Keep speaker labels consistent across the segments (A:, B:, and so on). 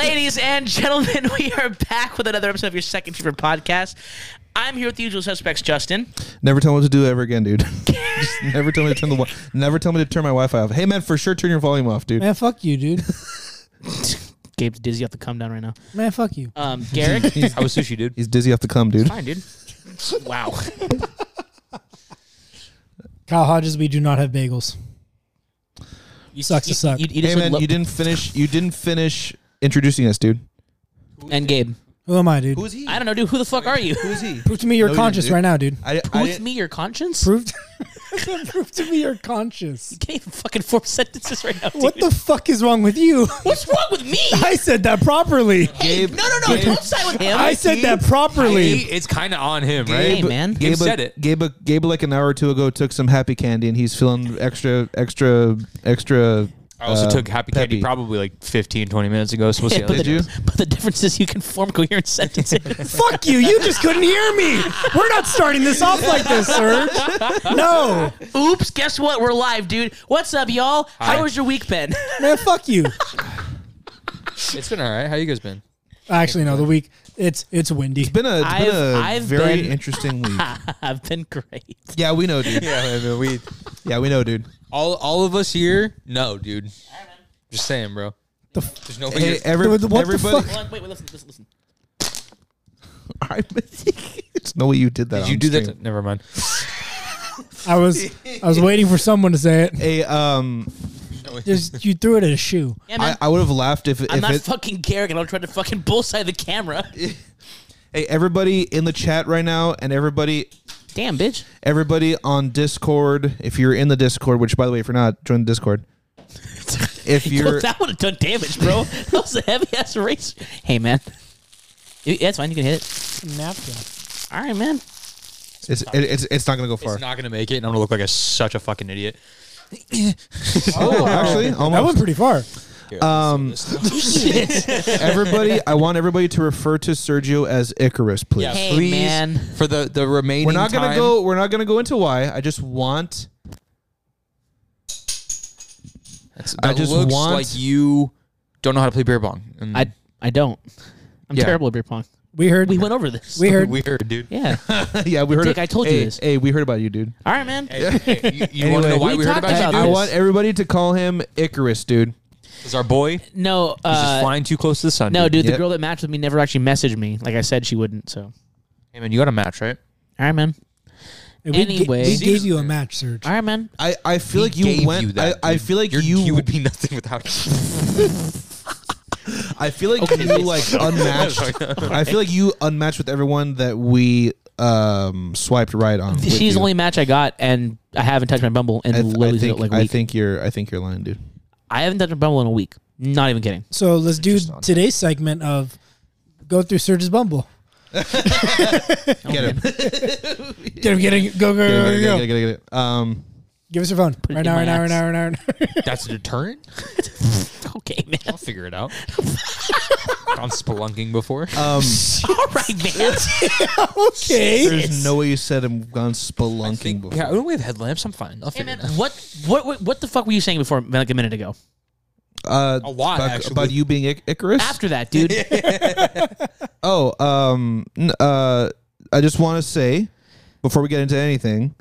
A: and gentlemen, we are back with another episode of your second favorite podcast. I'm here with the usual suspects, Justin.
B: Never tell me what to do ever again, dude. Just never tell me to turn the wi- never tell me to turn my Wi-Fi off. Hey man, for sure turn your volume off, dude.
C: Man, fuck you, dude.
A: Gabe's dizzy off the come down right now.
C: Man, fuck you.
A: Um, Garrick,
D: I was sushi, dude.
B: He's dizzy off the cum, dude.
A: fine, dude. Wow.
C: Kyle Hodges, we do not have bagels.
A: You
C: Sucks to
A: you,
C: suck.
A: You, you
B: Hey
A: just
B: man,
A: would lo-
B: you didn't finish. You didn't finish introducing us, dude.
A: and Gabe.
C: Who am I, dude?
B: is he?
A: I don't know, dude. Who the fuck are you?
B: Who is he?
C: Prove to me you're
B: No, you
C: conscious
B: didn't, dude.
C: right now, dude.
B: I, I
A: Prove
B: didn't,
A: me your conscience.
C: Prove to, prove to me you're conscious.
A: Gabe, fucking four sentences right now. Dude.
C: What the fuck is wrong with you?
A: What's wrong with me?
C: I said that properly.
B: Gabe.
A: No, no, no.
B: Gabe-
A: Don't side with him.
C: I said that
D: He,
C: properly.
D: it's kind of on him, right?
A: Hey, man.
B: Gabe
D: said it.
B: Gabe, Gabe, like an hour or two ago, took some happy candy, and he's feeling extra, extra, extra.
D: I also
B: uh,
D: took Happy Candy
B: peppy.
D: probably like 15, 20 minutes ago. So we'll see.
A: Yeah,
D: how
A: but,
D: they
A: the,
D: do.
B: you?
A: but the difference is you can form coherent sentences.
C: Fuck you. You just couldn't hear me. We're not starting this off like this, sir. No.
A: Oops, guess what? We're live, dude. What's up, y'all? How
D: Hi.
A: was your week, Ben?
C: Man, fuck you.
D: It's been all right. How you guys been?
C: Actually, no, the week it's it's windy.
B: Been a, it's been a
A: I've- I've
B: very
A: been-
B: interesting week.
A: I've been great.
B: yeah, we know, dude.
D: Yeah, I mean, we
B: Yeah, we know, dude.
D: all all of us here. No, dude. Just saying, bro.
C: The f-
D: There's no
B: Hey, every,
C: What the
B: everybody.
C: fuck?
A: wait, wait, listen, listen, listen.
B: I- it's no way you did that.
D: Did you
B: on
D: do that?
B: stream.
D: to- never mind.
C: I was I was waiting for someone to say it.
B: Hey, um,
C: Just, you threw it at a shoe.
A: Yeah, man.
B: I, I would have laughed if,
A: I, am
B: if
A: not
B: it,
A: fucking Garrick, and I'll try to fucking bullseye the camera.
B: hey everybody in the chat right now and everybody
A: Damn, bitch.
B: everybody on Discord. If you're in the Discord, which by the way, if you're not, join the Discord. If
A: Yo,
B: you're
A: that would have done damage, bro. that was a heavy ass race. Hey, man. You- That's fine. You can hit it.
C: Napkin.
A: All right, man.
B: it's, it, it's it's not gonna go far.
D: It's not gonna make it, and I'm gonna look like a, such a fucking idiot.
B: Oh, actually,
C: That went
B: almost.
C: pretty far.
B: Um, everybody, I want everybody to refer to Sergio as Icarus, please.
A: Hey, please, man.
D: For the the remaining,
B: We're not gonna go. We're not gonna go into why. I just want. I just
D: looks
B: want-
D: like you don't know how to play beer pong. And
A: I I don't. I'm
D: Yeah.
A: terrible at beer pong.
C: We heard.
A: We went over this.
C: We heard.
D: weird, dude.
A: yeah.
B: yeah, we heard.
A: Dick,
B: it.
A: I told you
B: hey,
A: this.
B: Hey, we heard about you, dude.
A: All right, man.
D: Hey, you want
B: Anyway,
D: to know why
A: we
D: we, heard
A: talked
D: about you,
A: about
D: dude?
B: I
A: this.
B: want everybody to call him Icarus, dude.
D: Because our boy
A: No,
D: He's just
A: uh,
D: flying too close to the sun.
A: no, dude. The
B: Yep.
A: girl that matched with me never actually messaged me. Like I said, she wouldn't. So, all
D: Hey, man, you got a match, right?
A: right, man.
C: We ga-
A: Anyway.
C: we gave you a match, Serge.
A: All right, man.
B: I, I feel like
D: Gave
B: you went.
D: that,
B: I, I
D: dude.
B: feel like
D: You're-
B: you.
D: You would be nothing without it.
B: I feel like you like unmatched. I feel like you unmatched with everyone that we um swiped right on. with
A: She's
B: you.
A: the only match I got, and I haven't touched my Bumble in
B: I, th- I
A: literally
B: think.
A: like a
B: I
A: week. I,
B: think you're. I think you're lying, dude.
A: haven't touched my Bumble in a week. Not even kidding.
C: So let's do today's segment of go through Serge's Bumble.
B: Get him. Get him,
C: Get him, get him, go,
B: get him,
C: go, go, go,
B: Get him. Get him. Get him. Um.
C: Give us your phone.
A: it
C: Right
A: in
C: now,
A: my
C: right now,
A: ass.
C: right now, right now, right now.
D: That's a deterrent.
A: Okay, man.
D: I'll figure it out. Gone spelunking before.
B: Um.
A: All right, man.
C: okay.
B: There's no way you said I'm gone spelunking before.
D: yeah, we have headlamps. I'm fine. I'll
A: Hey,
D: figure
A: man.
D: it out.
A: What, what what what the fuck were you saying before like a minute ago?
B: Uh,
D: A lot,
B: about,
D: actually.
B: about you being Ic- Icarus.
A: After that, dude.
B: Oh, um, n- uh, I just want to say before we get into anything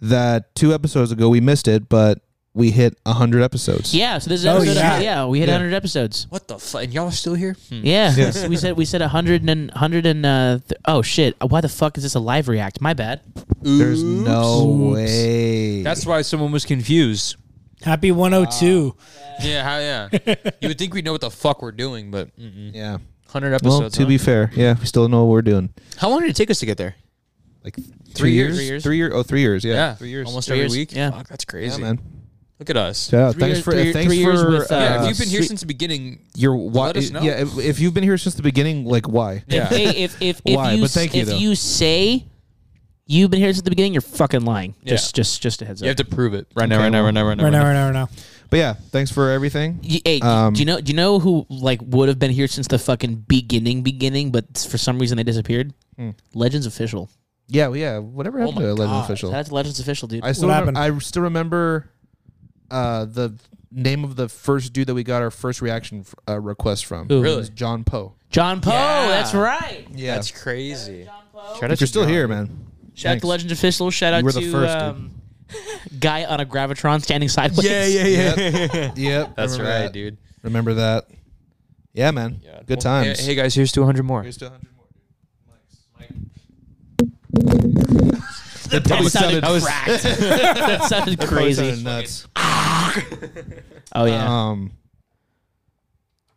B: that two episodes ago we missed it, but we hit hundred episodes.
A: Yeah. So this is
C: Oh,
A: episode.
C: yeah.
A: yeah. we hit
B: Yeah.
A: 100 episodes.
D: What the fuck? And y'all are still here?
A: Yeah, we said we said 100 and 100 and uh, th- oh shit! Why the fuck is this a live react? My bad.
B: There's no
C: Oops.
B: way.
D: That's why someone was confused.
C: Happy 102.
A: Ah.
D: Yeah, how, yeah. you would think we know what the fuck we're doing, but mm-mm.
B: yeah.
D: 100 episodes.
B: Well, to
D: huh?
B: be fair, yeah, we still know what we're doing.
D: how long did it take us to get there?
B: Like
D: Three
B: two three
D: years. Three years.
B: years, three year, oh, three years, yeah,
D: three years. Almost
A: Three
D: every
A: years.
D: week?
A: Yeah.
D: Fuck, that's
B: yeah,
D: crazy.
B: man.
D: Look at us.
B: Shout out.
A: Three
B: thanks
A: years-
B: for
A: three-
B: thanks
A: three years
B: for
A: with, uh,
D: yeah, if you've been here
B: sweet-
D: since the beginning,
B: your why.
D: let us know.
B: Yeah, if, if you've been here since the beginning, like why?
D: Yeah.
A: If, hey, if if if,
B: Why?
A: you,
B: But
A: s-
B: thank you,
A: if
B: though.
A: you say you've been here since the beginning, you're fucking lying. Just just just a heads up.
D: you have to prove it. Right now,
B: Okay,
D: right now,
B: well-
D: right now, right now.
C: Right now, right now, right now.
B: But yeah, thanks for everything.
A: Y- Hey, d-
B: Um,
A: do you know? Do you know who like would have been here since the fucking beginning, beginning? But s- for some reason they disappeared.
D: Hmm.
A: Legends official.
D: Oh
B: Yeah, well, yeah. Whatever happened to Legend Official?
A: That's Legends official, dude.
B: I still
C: What
B: remem-
C: happened?
B: I still remember uh, the name of the first dude that we got our first reaction f- uh, request from.
A: Who?
B: It
D: Really?
B: was John Poe.
A: John Poe.
D: Yeah.
A: That's right.
B: Yeah.
D: That's crazy.
E: Shout
B: if
E: out
B: you're
E: to
B: still
E: John.
B: here, man.
A: Shout out
B: Thanks.
A: to Legend Official. Shout out
B: You were the
A: to
B: first, dude.
A: um, guy on a gravitron standing sideways.
B: Yep. yep.
D: That's
B: Remember
D: right,
B: that.
D: dude.
B: Remember that. Yeah, man. Good
D: Well,
B: times.
D: Hey, hey guys, here's 200 more.
B: That
A: That
B: probably
A: sounded
B: sounded, that was-
A: cracked. that sounded
B: probably
A: crazy.
B: sounded nuts.
A: Oh yeah.
B: Um,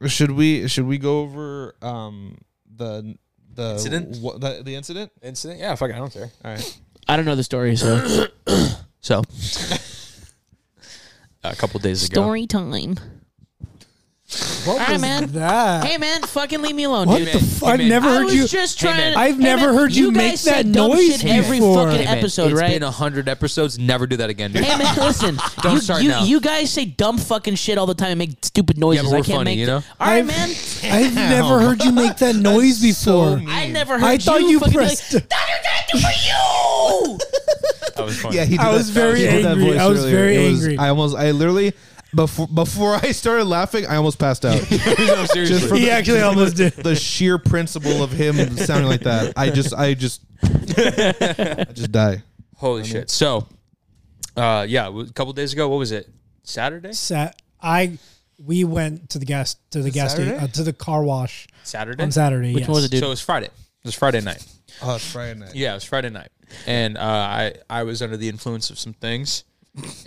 B: should we should we go over um the the
D: Incident?
B: wha- the, the incident?
D: Incident? Yeah, fuck, it, I don't care.
B: All right.
A: I don't know the story, so
D: So, a couple days ago.
A: time.
C: What
A: All right,
C: was
A: man.
C: that?
A: Hey man, fucking leave me alone,
C: what
A: dude.
C: the f-
D: hey,
C: I've
D: man.
C: never
A: I
C: heard
A: was
C: you.
A: just
D: Hey,
A: trying.
D: man.
A: to-
C: I've
A: Hey,
C: never
A: man,
C: heard you make
A: guys
C: that
A: said dumb
C: noise
A: shit every
C: before.
A: fucking
D: Man,
A: episode,
D: It's
A: right?
D: been 100 episodes. Never do that again, dude.
A: Hey man, listen.
D: Don't
A: you,
D: start
A: you,
D: now.
A: you guys say dumb fucking shit all the time and make stupid noises.
D: but we're
A: I can't
D: funny,
A: make.
D: you know?
A: All right,
C: I've-
A: man.
C: I've never heard you make that noise before.
A: I never heard.
C: I thought you
A: fucking be like,
C: pressed.
D: That was funny.
B: Yeah, he did
C: I was
B: that-
C: very
B: he did that
C: angry.
B: voice
C: I was
B: earlier.
C: very
B: It was-
C: angry.
B: I almost, I literally, before before I started laughing, I almost passed out.
D: no, seriously.
B: Just for
C: He
B: the-
C: actually almost did.
B: the sheer principle of him sounding like that. I just, I just, I just die.
D: Holy shit. So, uh, yeah, w- a couple days ago, what was it? Saturday?
C: Sat. I. We went to the gas to the gas station
B: Saturday?
C: uh, to the car wash
D: Saturday?
C: on Saturday.
A: Which
C: yes.
A: one was it, dude?
D: So it was Friday. It was Friday night.
B: Oh, it's Friday night.
D: Yeah, it was Friday night, and uh, I I was under the influence of some things,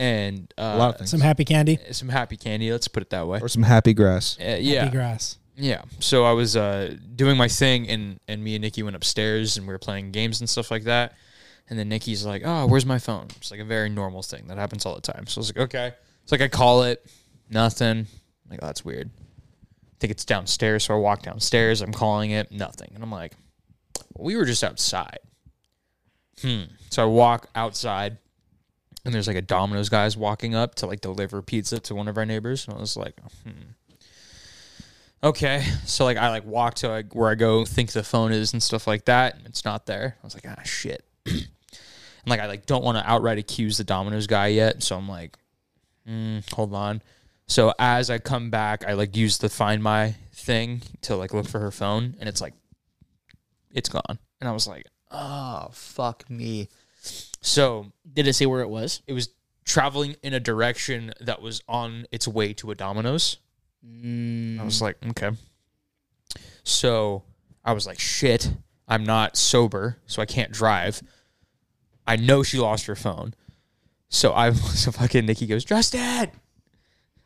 D: and uh,
B: A lot of things.
C: Some happy candy.
D: some happy candy. Let's put it that way.
B: or some happy grass.
D: Uh, yeah,
C: Happy grass.
D: yeah. So I was uh, doing my thing, and and me and Nikki went upstairs, and we were playing games and stuff like that. And then Nikki's like, "Oh, where's my phone?" It's like a very normal thing that happens all the time. So I was like, "Okay." It's like I call it, nothing. I'm like, oh, that's weird. I think it's downstairs, so I walk downstairs. I'm calling it, nothing, and I'm like, "We were just outside." Hmm. So I walk outside, and there's like a Domino's guys walking up to like deliver pizza to one of our neighbors, and I was like, okay so like i like walk to like where i go think the phone is and stuff like that and it's not there i was like ah shit and like i like don't want to outright accuse the domino's guy yet so i'm like mm, hold on so as i come back i like use the find my thing to like look for her phone and it's like it's gone and i was like oh fuck me so
A: Did it say where it was?
D: it was traveling in a direction that was on its way to a Domino's. I was like, okay. So I was like, shit, I'm not sober, so I can't drive. I know she lost her phone. So I so fucking Nikki goes, Justin,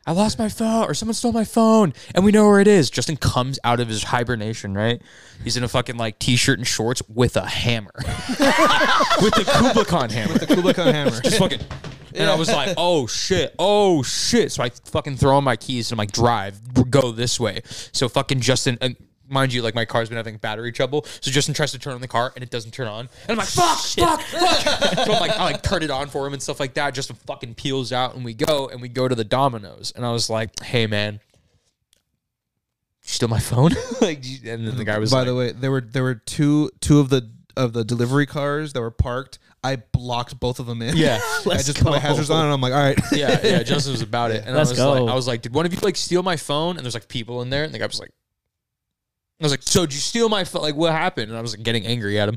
D: I lost my phone, or someone stole my phone, and we know where it is. Justin comes out of his hibernation, right? He's in a fucking like t-shirt and shorts with a hammer, with the Kubicon hammer
B: Kublai Khan hammer.
D: just fucking. And I was like, oh shit, oh shit. So I fucking throw in my keys and I'm like, drive, go this way. So fucking Justin, and mind you, like my car's been having battery trouble. So Justin tries to turn on the car and it doesn't turn on. And I'm like, fuck, fuck, fuck. so I'm like, I like turn it on for him and stuff like that. Justin fucking peels out and we go and we go to the Domino's. And I was like, hey man, you steal my phone? like, you- and then the guy was
B: By
D: like,
B: the way, there were there were two two of the of the delivery cars that were parked. I blocked both of them in.
D: Yeah.
B: I
A: Let's
B: just put my
A: go.
B: hazards on, and I'm like, all right.
D: yeah, yeah. Justin was about it, and
A: Let's
D: I was
A: go.
D: like, I was like, did one of you like steal my phone? And there's like people in there, and the guy was like, I was like, so did you steal my phone? Like, what happened? And I was like getting angry at him,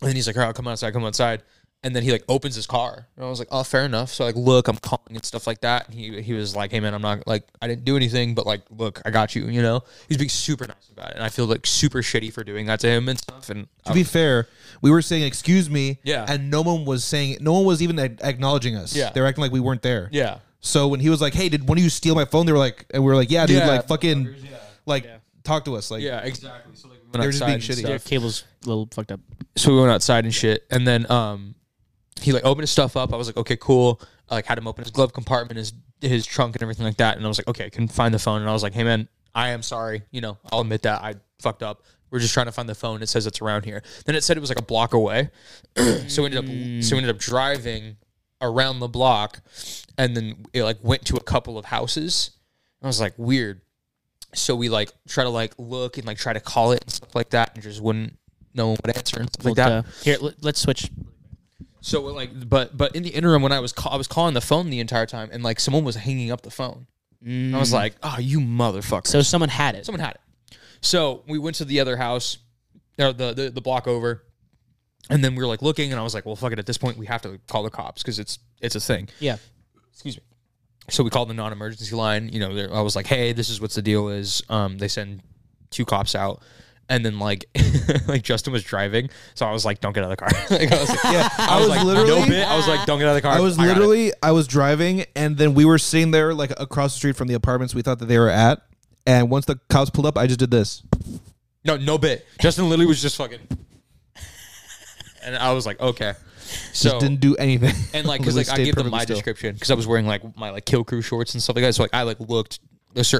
D: and then he's like, all right, come outside, come outside. And then he like opens his car, and I was like, "Oh, fair enough." So like, look, I'm calling and stuff like that. And he he was like, "Hey man, I'm not like I didn't do anything, but like, look, I got you." You know, he's being super nice about it, and I feel like super shitty for doing that to him and stuff. And
B: To be fair, we were saying "excuse me,"
D: Yeah.
B: and no one was saying, no one was even a- acknowledging us.
D: Yeah.
B: they were acting like we weren't there.
D: yeah,
B: So when he was like, "Hey, did one of you steal my phone?" They were like, and we were like, "Yeah, dude,
D: Yeah.
B: like fucking, like talk to us." Like,
D: yeah, exactly. So like, we went
B: They were just
D: outside
B: being
D: and
B: shitty.
D: stuff.
A: Your cable's a little fucked up.
D: so we went outside and shit and then um he like opened his stuff up i was like okay cool I, like had him open his glove compartment his his trunk and everything like that and i was like okay I can find the phone and i was like hey man i am sorry you know i'll admit that i fucked up we're just trying to find the phone it says it's around here then it said it was like a block away so we ended up so we ended up driving around the block and then it like went to a couple of houses i was like weird so we like try to like look and like try to call it and stuff like that and just wouldn't no one would answer and stuff like
A: Well,
D: that
A: uh, here, let, let's switch.
D: So like, but but in the interim, when I was call, I was calling the phone the entire time, and like someone was hanging up the phone. And I was like, "Oh, you motherfucker!"
A: So someone had it.
D: someone had it. So we went to the other house, or the, the the block over, and then we were like looking, and I was like, "Well, fuck it." At this point, we have to call the cops because it's it's a thing.
A: Yeah.
D: Excuse me. So we called the non-emergency line. You know, they're- I was like, "Hey, this is what's the deal is." Um, they send two cops out. And then like, like Justin was driving, so I was like, "Don't get out of the car." like, I was like, "Yeah." I,
B: was
D: was, like,
B: literally-
D: "No bit." I was like, "Don't get out of the car."
B: I was
D: got it."
B: literally I was driving and then we were sitting there like across the street from the apartments we thought that they were at. And once the cops pulled up, I just did this.
D: No, no bit. Justin literally was just fucking. And I was like, okay. So
B: Just didn't do anything.
D: Oh. and like because
B: Literally
D: like I
B: stayed
D: gave them
B: perfectly
D: my
B: still.
D: description because I was wearing like my like kill crew shorts and stuff like that. So like I like looked.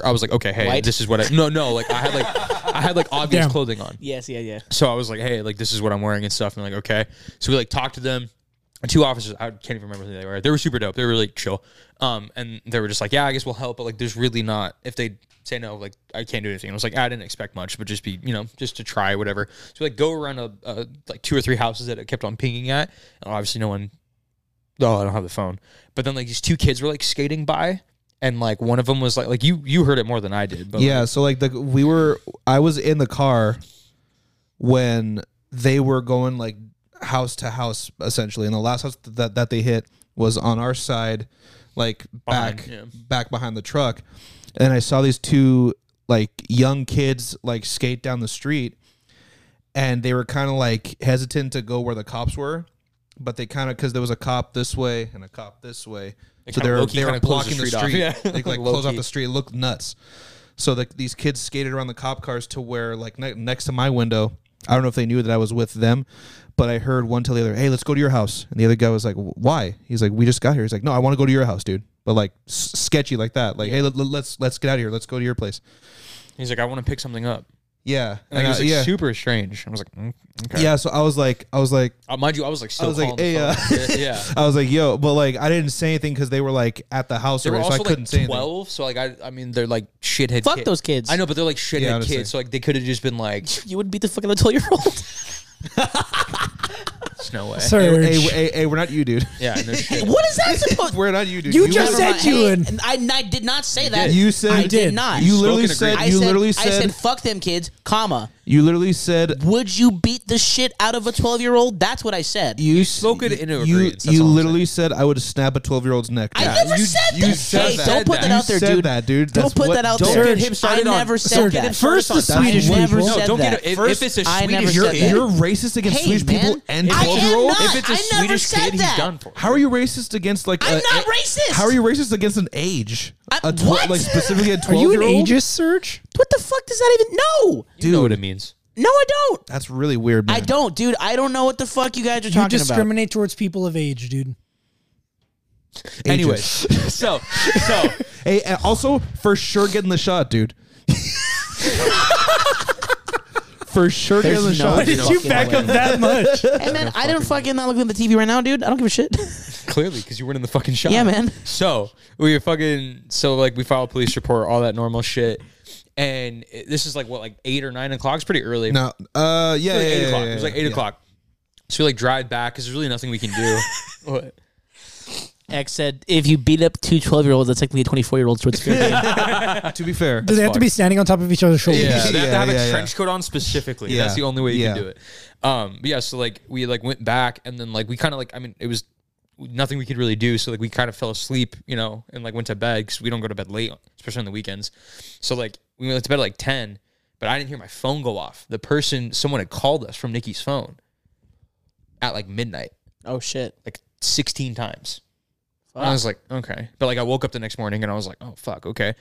D: I was like, okay, hey,
A: White?
D: this is what I no no like I had like I had like obvious
C: Damn.
D: clothing on.
A: Yes. Yeah. Yeah.
D: So I was like, hey, like this is what I'm wearing and stuff. And like, okay. So we like talked to them. And Two officers, I can't even remember who they were. They were super dope. They were really chill. Um, and they were just like, yeah, I guess we'll help, but like, there's really not. If they say no, like, I can't do anything. I was like, I didn't expect much, but just be, you know, just to try whatever. So like, go around a, a like two or three houses that it kept on pinging at, and obviously no one oh, I don't have the phone. But then like these two kids were like skating by, and like one of them was like, like you you heard it more than I did, but like,
B: Yeah, so like the we were I was in the car when they were going like house to house essentially, and the last house that that they hit was on our side, like back
D: Behind, yeah.
B: back behind the truck, and I saw these two like young kids like skate down the street, and they were kind of like hesitant to go where the cops were, but they kind of because there was a cop this way and a cop this way, so
D: kinda
B: they were
D: low-key
B: they were
D: kinda closed
B: blocking the
D: the
B: street.
D: street off. Yeah.
B: They like
D: Low
B: close off
D: key.
B: the street. It looked nuts. So the, these kids skated around the cop cars to where like ne- next to my window. I don't know if they knew that I was with them, but I heard one tell the other, "Hey, let's go to your house." And the other guy was like, "Why?" He's like, "We just got here." He's like, "No, I want to go to your house, dude." But like s- sketchy like that. Like, "Hey, let, let- let's let's get out of here. Let's go to your place."
D: he's like, I want to pick something up.
B: Yeah.
D: And like, it was
B: I-
D: like
B: yeah.
D: super strange. I was like, mm, okay.
B: Yeah, so I was like I was like
D: Uh, mind you, I was like, still
B: I was like,
D: calling
B: "Hey,
D: the
B: uh,"
D: phone. Yeah, yeah.
B: I was like, "Yo," but like I didn't say anything cuz they were like at the house
D: They were
B: already, so I
D: also
B: couldn't
D: like
B: say anything.
D: twelve, so like I, I mean, they're like shithead.
A: Fuck
D: kid-
A: those kids.
D: I know, but they're like shithead
B: Yeah, honestly.
D: kids, so like they could have just been like,
A: You would beat the fucking twelve year old.
D: "There's no way,
C: Surge.
B: Hey, hey, hey, hey, we're not you, dude.
D: yeah, no shit."
A: what is that supposed?
B: we're not you, dude.
C: You
A: No, no,
C: just said
A: no,
C: you
A: hey,
C: and-
A: I, I did not say that.
B: You said
A: I
C: did.
A: did not.
B: You literally
D: Spoken
B: said.
D: agreement.
A: I
B: You
A: said,
B: literally said.
A: I said fuck them kids, comma.
B: you literally said.
A: Would you beat the shit out of a twelve year old? That's what I said.
B: You s-
D: spoken into
B: You,
D: agreement, that's
B: you
D: all I'm
B: literally said I would snap a twelve-year-old's neck.
A: I never
D: you-
A: said
D: you
A: that.
D: said
A: hey,
D: that.
A: don't put that
D: You
A: out there,
B: said
A: dude.
B: that, dude. That's
A: don't put
B: what-
A: that out
B: don't
A: there.
B: get
D: him started
A: I
D: on-
A: never said
C: Surge,
A: that.
C: first the
A: I
C: Swedish
A: never
C: people.
A: said
D: no, don't
A: that.
D: get it. If,
A: First,
D: if it's a
A: I
D: Swedish,
A: never
D: you're,
A: said that.
B: You're racist against
A: Hey,
B: Swedish people
A: man.
B: and
A: I am
B: twelve-year-old.
A: not.
D: if it's a
A: I never
D: Swedish
A: said
D: kid, he's
A: that.
D: done for.
B: How are you racist against like?
A: I'm
B: a-
A: not
B: a-
A: racist.
B: How are you racist against an age?
A: I-
B: A
A: what?
B: Like specifically a
C: Are you an
B: twelve-year-old.
C: ageist, Surge?
A: What the fuck does that even? No,
D: You know what it means.
A: no, I don't.
B: That's really weird, man.
A: I don't, dude. I don't know what the fuck you guys are
C: You
A: talking about.
C: discriminate towards people of age, dude.
B: Ages.
D: Anyways, so so
B: Hey, and also for sure getting the shot, dude. for sure getting the
A: no
B: shot.
A: way.
B: dude.
A: Did you back up
C: that much?
A: Hey man, I didn't fucking not look at the TV right now, dude. I don't give a shit.
D: clearly because you weren't in the fucking shop.
A: Yeah, man.
D: So we were fucking so like we filed a police report, all that normal shit, and it- this is like what like eight or nine o'clock. It's pretty early.
B: No. Uh. Yeah. yeah,
D: It was like eight
B: yeah,
D: o'clock.
B: yeah,
D: It was like
B: yeah.
D: eight o'clock. So we like drive back because there's really nothing we can do. what?
A: X said, if you beat up two 12 year olds, that's technically a 24 year old, so it's fair game.
B: To be fair,
C: Do they have to be standing on top of each other's shoulders?
D: Yeah, they have to have
B: Yeah, yeah,
D: a
B: yeah.
D: trench coat on specifically.
B: Yeah.
D: That's the only way you
B: Yeah.
D: can do it. Um, but yeah, so like we like went back and then like we kind of like I mean it was nothing we could really do. So like we kind of fell asleep, you know, and like went to bed because we don't go to bed late, especially on the weekends. So like we went to bed at like ten, but I didn't hear my phone go off. The person, someone had called us from Nikki's phone at like midnight,
A: oh, shit.
D: like sixteen times. And I was like, okay, but like I woke up the next morning and I was like, oh fuck, okay.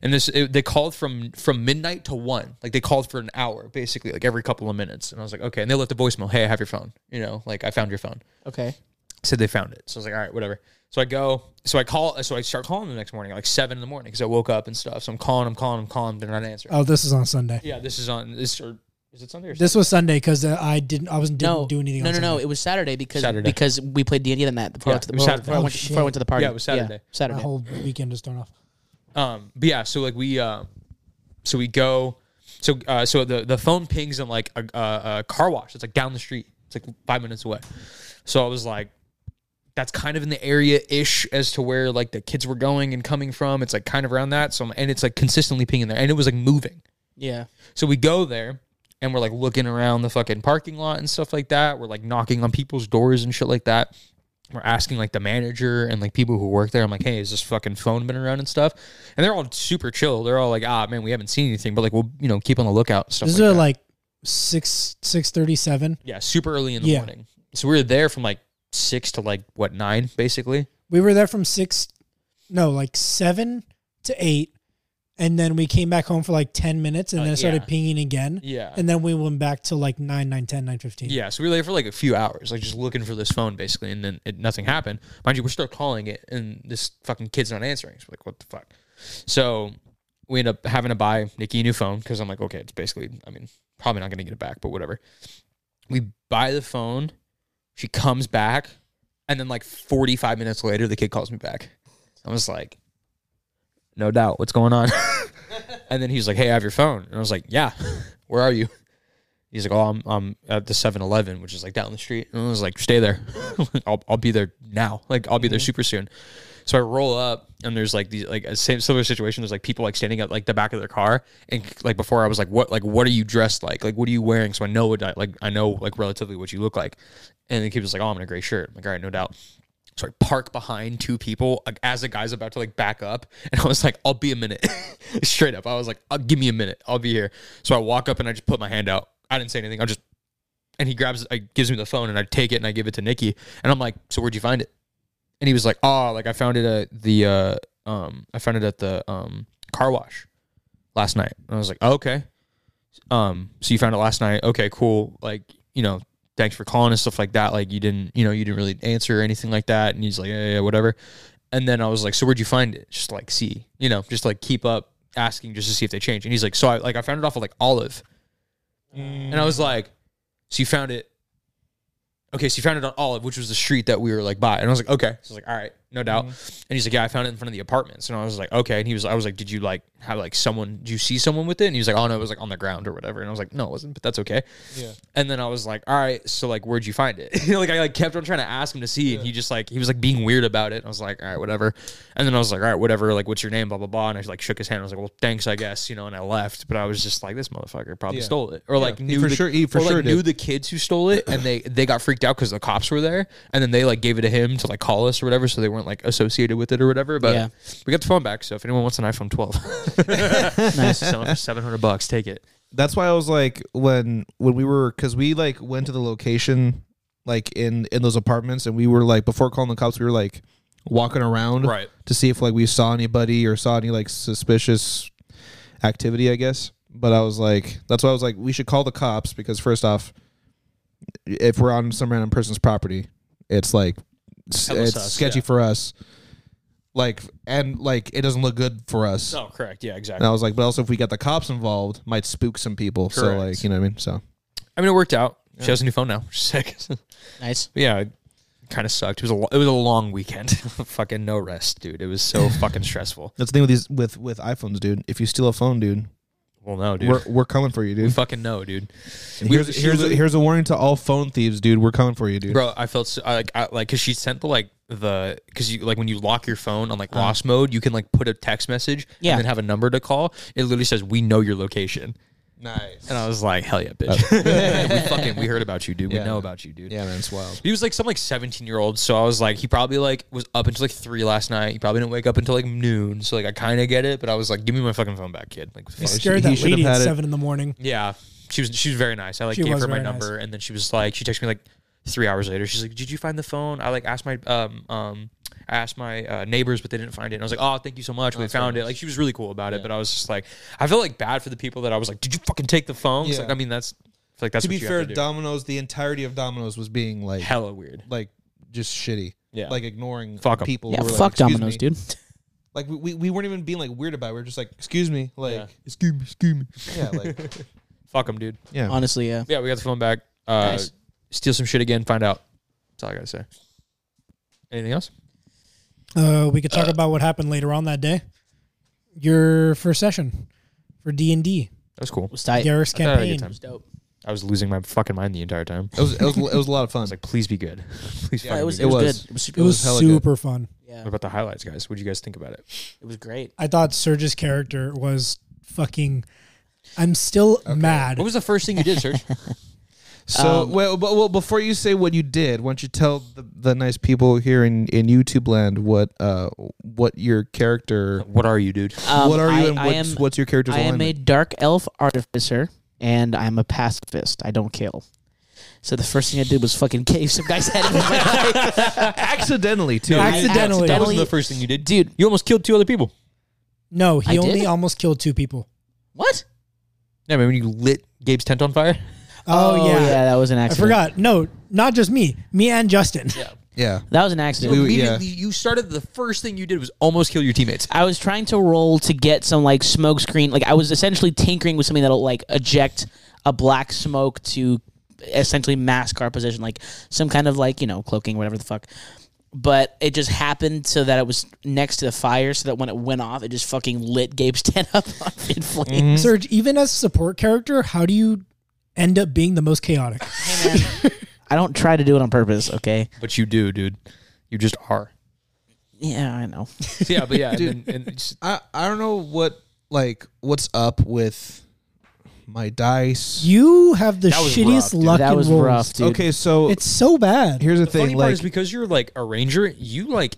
D: And this it, they called from from midnight to one, like they called for an hour basically, like every couple of minutes. And I was like, okay. And they left a voicemail, hey, I have your phone. You know, like I found your phone.
A: Okay.
D: Said they found it. So I was like, all right, whatever. So I go, so I call, so I start calling the next morning, like seven in the morning, because I woke up and stuff. So I'm calling, I'm calling, I'm calling, they're not answering.
C: Oh, this is on Sunday.
D: Yeah, this is on this or is it Sunday or
C: This was Sunday because uh, I didn't. I wasn't didn't
A: No,
C: do anything.
A: no,
C: on
A: no, no.
C: Sunday.
A: It was Saturday because
D: Saturday.
A: because we played D&D that night before, I,
D: Yeah,
A: went to the,
D: it was
A: before,
D: Saturday.
A: I went,
C: Oh,
A: before I went to the party.
D: Yeah, it was Saturday.
A: Saturday. Oh
C: My whole weekend is thrown off.
D: Um, but yeah, so like we, uh, so we go, so uh, so the the phone pings in like a, a, a car wash. It's like down the street. It's like five minutes away. So I was like, that's kind of in the area ish as to where like the kids were going and coming from. It's like kind of around that. So I'm- and it's like consistently pinging there, and it was like moving.
A: Yeah.
D: So we go there and we're like looking around the fucking parking lot and stuff like that. We're like knocking on people's doors and shit like that. We're asking like the manager and like people who work there. I'm like, hey, is this fucking phone been around and stuff? And they're all super chill. They're all like, ah, man, we haven't seen anything, but like we'll you know keep on the lookout. and Stuff
C: This
D: like
C: is uh,
D: that.
C: like six six thirty seven.
D: yeah, super early in the
C: Yeah.
D: morning. So we were there from like six to like what nine basically.
C: We were there from six, no, like seven to eight, and then we came back home for like ten minutes, and
D: Uh,
C: then it started
D: yeah.
C: pinging again,
D: Yeah.
C: and then we went back to like nine, nine, ten, nine, fifteen.
D: Yeah, so we were there for like a few hours, like just looking for this phone basically, and then it, nothing happened. Mind you, we're still calling it, and this fucking kid's not answering. So we're like, what the fuck? So we end up having to buy Nikki a new phone because I'm like, okay, it's basically, I mean, probably not going to get it back, but whatever. We buy the phone, she comes back, and then like 45 minutes later, the kid calls me back. I was like, no doubt, what's going on? and then he's like, hey, I have your phone. And I was like, yeah, where are you? He's like, oh, I'm, I'm at the 7-Eleven, which is like down the street. And I was like, stay there. I'll, I'll be there now. Like, I'll be there super soon. So I roll up and there's like these, like a same similar situation. There's like people like standing at like the back of their car. And like before I was like, what, like, what are you dressed like? Like, what are you wearing? So I know what, I, like, I know like relatively what you look like. And the kid was like, oh, I'm in a gray shirt. I'm like, all right, no doubt. So I park behind two people like, as the guy's about to like back up, and I was like, "I'll be a minute," straight up. I was like, "Uh, "Give me a minute, I'll be here." So I walk up and I just put my hand out. I didn't say anything. I just and he grabs, I gives me the phone, and I take it and I give it to Nikki, and I'm like, "So where'd you find it?" And he was like, "Oh, like I found it at the uh, um, I found it at the um car wash last night." And I was like, oh, "Okay." um so you found it last night okay cool like you know thanks for calling and stuff like that like you didn't you know you didn't really answer or anything like that and he's like yeah yeah, yeah whatever and then i was like so where'd you find it just like see you know just like keep up asking just to see if they change and he's like so i like i found it off of like olive and i was like so you found it okay so you found it on olive which was the street that we were like by and i was like okay so i was like all right no doubt and he's like yeah i found it in front of the apartments and i was like okay and he was i was like did you like have like someone did you see someone with it and he was like oh no it was like on the ground or whatever and i was like no it wasn't but that's okay yeah and then i was like all right so like where'd you find it You know, like i like kept on trying to ask him to see and he just like he was like being weird about it and i was like all right whatever and then i was like all right whatever like what's your name blah blah blah and i like shook his hand i was like well thanks i guess you know and i left but i was just like this motherfucker probably
B: Yeah.
D: stole it or like
B: He
D: knew
B: for
D: the-
B: sure- he for
D: or, like,
B: sure did.
D: knew the kids who stole it and they they got freaked out because the cops were there and then they like gave it to him to like call us or whatever so they weren't like associated with it or whatever but
A: Yeah.
D: we got the phone back so if anyone wants an iphone 12 nice selling for 700 bucks take it
B: That's why I was like when when we were because we like went to the location like in in those apartments and we were like before calling the cops we were like walking around
D: Right.
B: to see if like we saw anybody or saw any like suspicious activity I guess but I was like that's why I was like we should call the cops because first off if we're on some random person's property it's like s-
D: Hella
B: it's
D: sus,
B: sketchy
D: yeah.
B: for us like and like it doesn't look good for us
D: oh correct yeah exactly
B: and I was like, but also if we got the cops involved, might spook some people. So
D: Correct.
B: like, you know what I mean? So
D: i mean it worked out she has a new phone now which is sick But
A: Nice.
D: yeah it kind of sucked it was a lo- it was a long weekend fucking no rest dude it was so fucking stressful
B: that's the thing with these with with iPhones, dude. If you steal a phone, dude,
D: well no dude
B: we're we're coming for you,
D: we
B: dude.
D: fucking know dude We-
B: Here's
D: she
B: here's
D: was-
B: a, here's a warning to all phone thieves, dude. We're coming for you, dude.
D: Bro, I felt so, I, like I, like because she sent the like the because you like when you lock your phone on
B: Uh-huh.
D: like lost mode, you can like put a text message
A: Yeah.
D: and then have a number to call. It literally says, "We know your location,"
B: Nice.
D: and I was like, "Hell yeah, bitch! we fucking we heard about you, dude.
B: Yeah.
D: We know about you, dude."
B: Yeah, man, it's wild.
D: He was like some like seventeen year old, so I was like, he probably like was up until like three last night. He probably didn't wake up until like noon, so like I kind of get it, but I was like, "Give me my fucking phone back, kid!" Like,
C: I
D: fuck.
C: scared
B: he
C: that
B: should
C: lady
B: have
C: at
B: had it.
C: seven in the morning.
D: Yeah, she was she was very nice. I like
C: She
D: gave
C: was
D: her my
C: very
D: number, and then she was like, she texted me like three hours later. She's like, "Did you find the phone?" I like asked my um um I asked my uh, neighbors, but they didn't find it. And I was like, "Oh, thank you so much. we found it." Like she was really cool about it, but I was just like, I felt like bad for the people that I was like, "Did you fucking take the phone?" It's
B: Yeah.
D: Like I mean, that's it's like that's
B: To
D: what
B: be
D: you
B: fair,
D: have to do.
B: Domino's, the entirety of Domino's was being like
D: hella weird.
B: like just shitty.
D: Yeah.
B: Like ignoring
D: Fuck 'em.
B: people.
A: Yeah,
B: who were
A: fuck
B: like, "Excuse
A: Domino's,
B: me."
A: dude.
B: Like we, we, we weren't even being like weird about it. We were just like, excuse me. Like
D: Yeah. Excuse me, excuse me.
B: yeah, like
D: Fuck them, dude.
B: yeah.
A: Honestly, yeah.
D: Yeah, we got the phone back. Uh,
A: Nice.
D: Steal some shit again. Find out. That's all I gotta say. Anything else?
C: Uh, we could talk about what happened later on that day. Your first session for D and D,
D: That was cool.
A: Was tight.
C: Garrick's
D: I thought I had a
C: campaign.
D: good time.
A: was dope.
D: I was losing my fucking mind the entire time. I
B: It was it was, it was a lot of fun.
D: was like, please be good. please
A: Yeah,
D: fucking
A: it was
D: be
A: it was, good.
B: was.
A: It was
C: It
A: super.
C: was,
B: hella good.
C: super fun.
A: yeah,
D: What about the highlights, guys? What do you guys think about it?
A: it was great.
C: I thought Serge's character was fucking. I'm still mad.
D: What was the first thing you did, Serge?
B: So
A: Um,
B: well, but, well, before you say what you did, why don't you tell the, the nice people here in, in YouTube land what uh what your character
D: what are you, dude?
A: Um,
B: what are you
A: I-
B: and
A: I
B: what's,
A: am-
B: what's your character's
A: I am a
B: alignment?
A: dark elf artificer, and I'm a pacifist. I don't kill. So the first thing I did was fucking cave some guy's head. in with my knife.
B: accidentally too.
A: I
C: Accidentally.
D: That wasn't
A: accidentally-
D: the first thing you did.
A: dude.
D: You almost killed two other people.
C: no, he
A: I
C: only
A: did?
C: almost killed two people.
A: What?
D: Yeah, remember when you lit Gabe's tent on fire?
C: Oh, yeah.
A: yeah, that was an
C: I
A: accident.
C: forgot. No, not just me. Me and Justin.
B: yeah.
A: That was an accident.
B: We- yeah.
D: Immediately, you started. The first thing you did was almost kill your teammates.
A: I was trying to roll to get some like smoke screen. Like I was essentially tinkering with something that'll like eject a black smoke to essentially mask our position, like some kind of like you know cloaking, whatever the fuck. But it just happened so that it was next to the fire, so that when it went off, it just fucking lit Gabe's tent up in flames.
C: Serge, even as support character, how do you end up being the most chaotic?
A: I don't try to do it on purpose, okay?
D: But you do, dude. You just are.
A: Yeah, I know.
D: yeah, but yeah, and then- and it's-
B: I I don't know what like what's up with my dice.
C: You have the
D: That was rough,
C: shittiest
D: dude.
C: luck
A: that
C: in
A: was
C: rolls.
A: rough, dude.
B: Okay, so
C: It's so bad.
B: here's the,
D: funny
B: thing.
D: part
B: Like
D: is because you're like a ranger, you like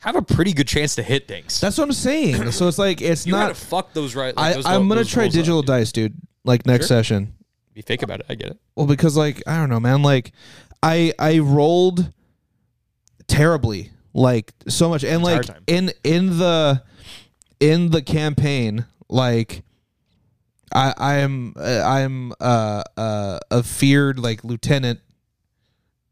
D: have a pretty good chance to hit things.
B: that's what I'm saying. So it's like it's
D: you
B: not.
D: gotta fuck those right.
B: I
D: Like, those,
B: I'm gonna
D: those
B: try
D: rolls
B: digital
D: up, dude.
B: dice, dude. Like next session.
D: Be fake about it. I get it.
B: Well, because like I don't know, man. Like I I rolled terribly, like so much, and
D: Entire
B: like
D: time.
B: in in the in the campaign, like I I am uh, I'm uh uh a feared like lieutenant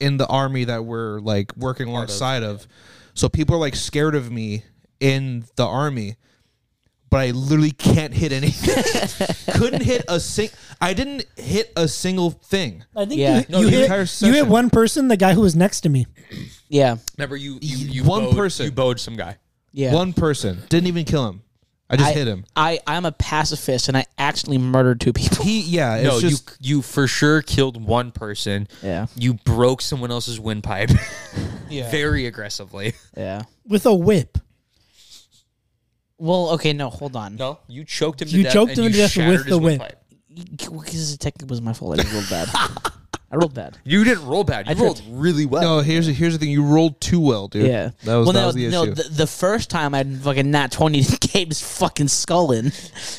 B: in the army that we're like working alongside of. So people are like scared of me in the army, but I literally can't hit anything. Couldn't hit a sing. I didn't hit a single thing.
C: I think
A: Yeah.
C: you,
B: No,
C: you
B: the entire
C: hit, you hit
B: session.
C: one person, the guy who was next to me.
A: Yeah,
D: Remember you,
B: Y-
D: you, you
B: one
D: bowed-
B: person.
D: you bowed some guy.
A: yeah.
B: One person didn't even kill him. I just
A: I,
B: hit him.
A: I I'm a pacifist, and I accidentally murdered two people.
B: He yeah. It's
D: no,
B: just
D: you you for sure killed one person.
A: Yeah.
D: You broke someone else's windpipe. yeah. Very aggressively.
A: Yeah.
C: with a whip.
A: Well, okay, no, hold on.
D: No, you choked him.
C: You
D: to death
C: choked
D: and
C: him
D: you
C: to death
D: shattered
C: with
D: his
C: the whip.
D: windpipe.
A: because it technically was my fault. I just rolled bad. I rolled bad.
D: You didn't roll bad. You rolled
A: tripped.
D: really well.
B: no. Here's here's the thing. You rolled too well, dude.
A: Yeah,
B: that was,
A: well,
B: that
A: no,
B: was the
A: no,
B: issue.
A: The, the first time I fucking nat twenty Gabe's fucking skull in,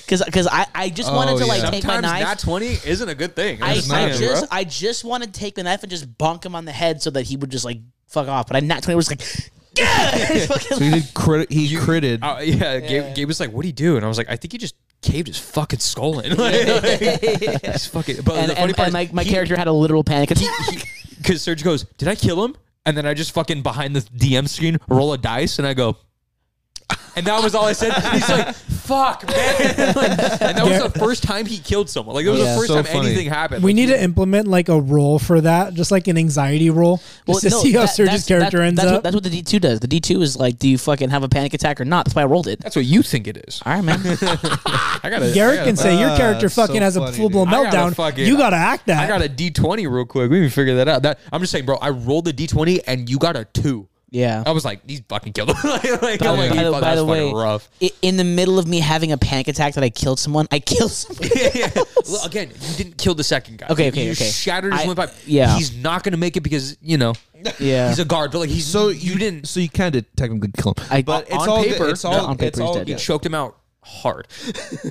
A: because I I just wanted
B: Oh,
A: to like
B: yeah.
A: take my
D: Sometimes
A: knife.
D: not twenty isn't a good thing.
A: I,
D: That's
A: I
D: not,
A: just
D: bro.
A: I just want to take the knife and just bonk him on the head so that he would just like fuck off. But I nat twenty was like, yeah,
B: so he did crit. He critted.
D: Uh, yeah, Gabe, Gabe was like, "What do you do?" And I was like, "I think he just caved his fucking skull in." He's fucking. But
A: and,
D: the funny
A: and,
D: part
A: and my,
D: is
A: my
D: he-
A: character had a literal panic attack.
D: because Serge goes, "Did I kill him?" And then I just fucking behind the DM screen roll a dice, and I go, and that was all I said. And he's like, "Fuck, man!" Like, and that was the first time he killed someone. Like it was
A: Yeah.
D: the first
B: So
D: time
B: funny.
D: anything happened.
C: We
D: Like,
C: need to implement like a roll for that, just like an anxiety roll, just to see how
A: that-
C: Serge's
A: that's-
C: character
A: that-
C: ends
A: that's
C: up.
A: What, that's what the D two does. The D two is like, do you fucking have a panic attack or not? That's why I rolled it.
D: That's what you think it is.
A: All right, man.
D: I got to
C: Garrett can say your
B: Ah,
C: character
B: that's so
C: fucking has a
B: funny,
C: full blown
D: dude. I gotta
C: meltdown.
D: fucking-
C: you gotta act that.
D: I got a D twenty real quick. We can figure that out. That I'm just saying, bro. I rolled a D twenty, and you got a two.
A: Yeah.
D: I was like, "He's fucking killed him." like, like,
A: By,
D: I'm like,
A: by the, by
D: "Fuck, that's
A: the way,
D: fucking rough.
A: i- in the middle of me having a panic attack that I killed someone, I killed someone.
D: yeah. Well, again, you didn't kill the second guy.
A: Okay,
D: You-
A: okay,
D: you
A: okay.
D: Shattered his
A: I-
D: windpipe.
A: yeah.
D: he's not gonna make it because you know
A: yeah.
D: he's a guard, but like he's
B: so you,
D: didn't.
B: So you kind of technically kill him.
A: I-
B: but
D: on
B: it's all good-
D: paper-
B: It's all.
A: no, on paper
B: it's
A: he's
B: all
A: dead.
D: You
B: good.
D: choked him out hard.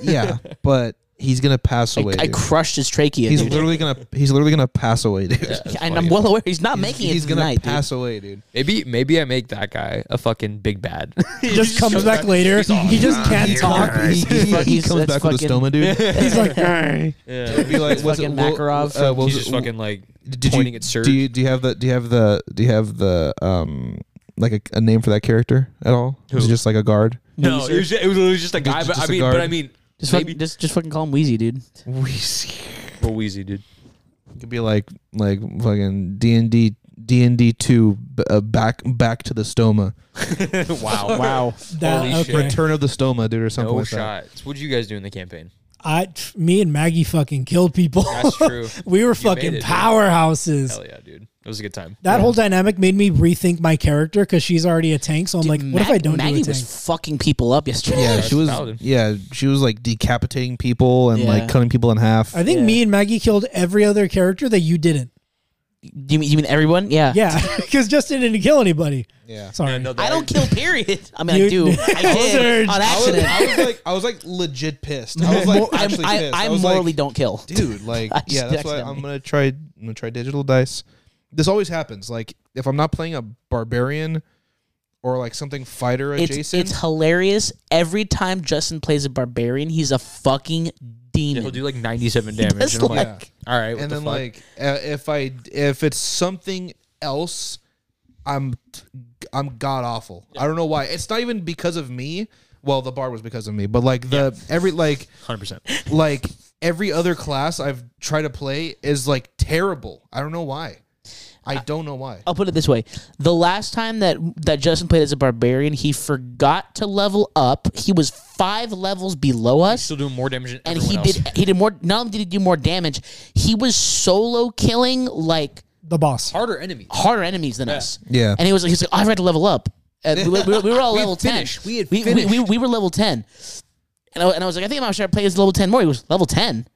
B: Yeah, but he's gonna pass
A: I,
B: away.
A: I
B: dude.
A: crushed his trachea.
B: He's
A: dude.
B: literally gonna. He's literally gonna pass away, dude.
A: and I'm well aware he's not
B: He's-
A: making
B: he's
A: it
B: gonna
A: tonight. dude.
B: pass away, dude.
D: maybe maybe I make that guy a fucking big bad.
C: He just, comes back later. He just can't talk.
B: He, he- he
A: He's-
B: comes
A: that's
B: back with
A: fucking-
B: a stoma, dude.
C: He's like,
B: It'd be like what's it,
A: fucking
B: Wo-
A: Makarov
B: uh, what was
D: he's just
B: it?
D: fucking like
B: Did
D: pointing
B: you,
D: at Serge.
B: Do you do you have the do you have the do you have the um like a, a name for that character at all? Is it just like a guard?
D: no,
A: Weezer?
D: it was, just, it was literally just a guy.
B: Just-
D: but
B: just
D: I
B: a
D: mean,
B: guard.
D: but I mean,
A: Just,
D: maybe
A: fucking, just, just fucking call him Wheezy, dude.
D: for Wheezy, dude.
B: It could be like like fucking D and D D and D two b- uh, back back to the stoma,
D: wow,
A: Wow.
C: that,
D: Holy shit.
C: okay.
B: Return of the stoma, dude, or something
D: no
B: like that.
D: shots. What did you guys do in the campaign?
C: I, me and Maggie fucking killed people.
D: That's true.
C: we were fucking
D: it, dude.
C: powerhouses.
D: Hell yeah, dude. It was a good time.
C: That whole dynamic made me rethink my character because she's already a tank. So I'm like, what if I
A: Mag-
C: don't
A: Maggie
C: do a tank?
A: was fucking people up yesterday.
B: Yeah, she was.
D: valid.
B: Yeah, she was like decapitating people and
A: Yeah.
B: like cutting people in half.
C: I think me and Maggie killed every other character that you didn't.
A: Do you mean, you mean everyone? Yeah.
C: Yeah, because Justin didn't kill anybody.
B: yeah.
C: Sorry.
D: No,
A: I
D: that-
A: don't kill. Period. I mean, I
C: You-
A: do. I did
C: Surge.
A: on
B: I was,
A: accident.
B: I was like, I was like legit pissed. I was like,
A: I'm-
B: actually
A: I,
B: pissed.
A: I
B: was like,
A: morally don't kill.
B: dude. Like,
A: I just
B: yeah, that's why
A: accidentally-
B: I'm gonna try. I'm gonna try digital dice. This always happens. Like, if I'm not playing a barbarian or like something fighter
A: It's,
B: adjacent,
A: it's hilarious. Every time Justin plays a barbarian, he's a fucking demon.
D: He'll do like 97 damage.
A: It's
D: and I'm like,
A: like-
D: all right. What
B: and
D: the
B: then
D: fuck?
B: like uh, if I if it's something else, I'm I'm god awful. I don't know why. It's not even because of me. Well, the bar was because of me, but like the every like
D: 100%.
B: like every other class I've tried to play is like terrible. I don't know why.
D: Uh,
B: I don't know why.
A: I'll put it this way: the last time that that Justin played as a barbarian, he forgot to level up. He was five levels below us,
D: Still doing more damage than
A: and
D: everyone
A: he
D: else.
A: did he did more. Not only did he do more damage, he was solo killing like
C: the boss.
D: Harder enemy.
A: harder enemies than us.
B: Yeah.
A: and he was he's like, oh, I've had to level up. And we, we- we were all
B: We had
A: level
B: finished.
A: ten.
B: We had
A: we, we,
B: finished.
A: we were level ten, and I, and I was like, I think I'm sure I play as level ten more. He was level ten.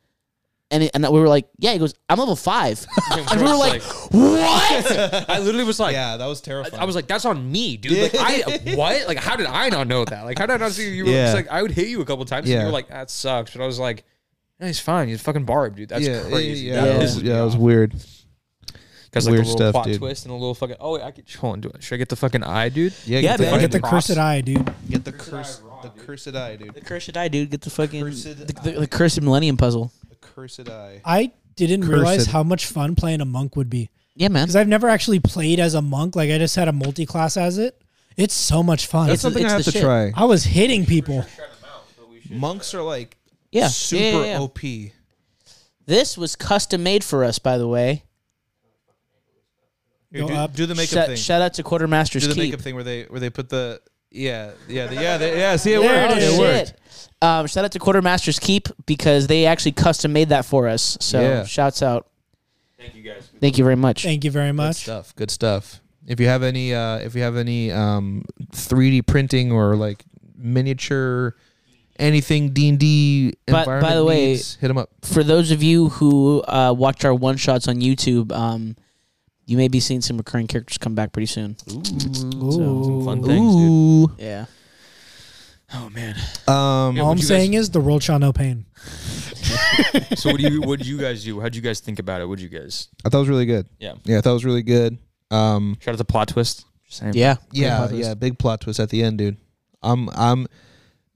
A: And, it, and we were like, yeah. He goes, I'm level five, and we were like, what?
D: I literally was like,
B: that was terrifying.
D: I was like, that's on me, dude. Like, I what? Like, how did I not know that? Like, how did I not see you? Were,
B: Yeah.
D: it's like, I would hit you a couple times, and
B: Yeah.
D: you were like, that sucks. But I was like, no, he's fine. He's fucking barb, dude. That's
B: yeah,
D: crazy.
B: yeah, yeah,
A: That
B: that was,
A: pisses
B: yeah, that was weird.
D: because like
B: weird
D: a little
B: stuff,
D: plot
B: dude.
D: twist and a little fucking. Oh, I could. Hold on, do it. Should I get the fucking eye, dude?
B: Yeah,
A: Yeah,
B: get
A: man,
B: the,
C: Get the
D: Cross.
C: cursed eye, dude.
B: get the cursed, the cursed eye, dude.
A: the cursed eye, dude. Get the fucking
B: Cursed
A: the, the, the cursed Millennium Puzzle.
B: The cursed eye.
C: I didn't realize
B: Cursed.
C: how much fun playing a monk would be
A: Yeah, man.
C: because I've never actually played as a monk. Like I just had a multi class as it. It's so much fun.
A: That's
B: Something
A: It's
B: I have
A: the
B: to
A: shit.
B: try.
C: I was hitting people.
B: Monks are like
A: Yeah.
B: super
A: Yeah, yeah, yeah.
B: OP.
A: This was custom made for us, by the way.
B: Here,
C: Go
D: uh,
B: do,
C: up.
B: do the makeup
A: Shout,
B: thing.
A: shout out to Quartermaster's
B: do the
A: Keep.
B: makeup thing where they where they put the yeah yeah the, yeah they, yeah see it
C: There
B: worked
C: it is.
B: it worked.
A: Um, shout out to Quartermaster's Keep because they actually custom made that for us. So
B: Yeah.
A: shouts out. Thank you guys. Thank you very much.
C: Thank you very
B: Good
C: much.
B: stuff. Good stuff. If you have any uh if you have any um 3D printing or like miniature anything D&D
A: But-
B: environment
A: by the way-
B: needs, hit them up.
A: for those of you who uh, watch our one shots on YouTube, um, you may be seeing some recurring characters come back pretty soon.
D: Some fun things, dude.
B: Ooh.
A: Yeah.
D: Oh man.
B: Um
D: Yeah,
C: All
D: would
C: I'm
D: you guys-
C: saying is the world shall know pain.
D: So what do you? What would you guys do? How'd you guys think about it? What'd you guys?
B: I thought it was really good.
D: Yeah.
B: Yeah, I thought it was really good. Um
D: Shout out to plot twist. Just saying.
A: Yeah.
B: yeah, yeah, big plot twist at the end, dude. I'm I'm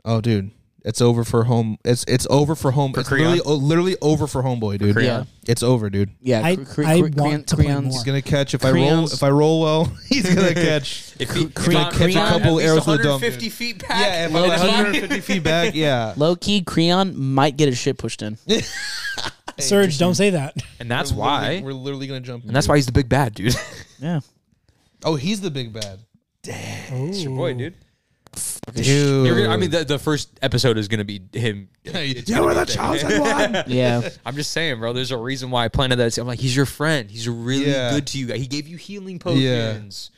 B: oh dude, it's over for home. It's it's over for home. it's
D: Creon?
B: literally oh, literally over for homeboy, dude.
D: Creon?
A: Yeah.
B: It's over, dude.
A: Yeah.
C: I-
A: Cre- cre- cre-
C: I want
A: creon-
C: to play
A: creons.
C: more.
B: He's going to catch if I roll
A: Creons.
B: if I roll well, he's going to catch.
D: If he,
A: Cre- Creon-
D: if I'm- if I'm
A: Creon-
D: at
B: couple
D: least
B: arrows to the dome,
D: 150
B: dude.
D: feet
B: Yeah,
D: back.
B: if I'm like
D: Logan.
B: 150 feet back, yeah.
A: Low key, Creon might get his shit pushed in.
C: Serge, don't say that.
D: And that's
B: We're literally-
D: why.
B: we're literally gonna jump.
D: And that's why he's the big bad, dude.
A: Yeah.
B: Oh, he's the big bad,
D: it's your boy, dude.
B: dude.
D: You're gonna, I mean, the, the first episode is gonna be him.
B: you were the chosen one.
A: Yeah.
D: I'm just saying, bro. There's a reason why I planted that. seed. I'm like, he's your friend. He's really
B: Yeah.
D: good to you. He gave you healing potions.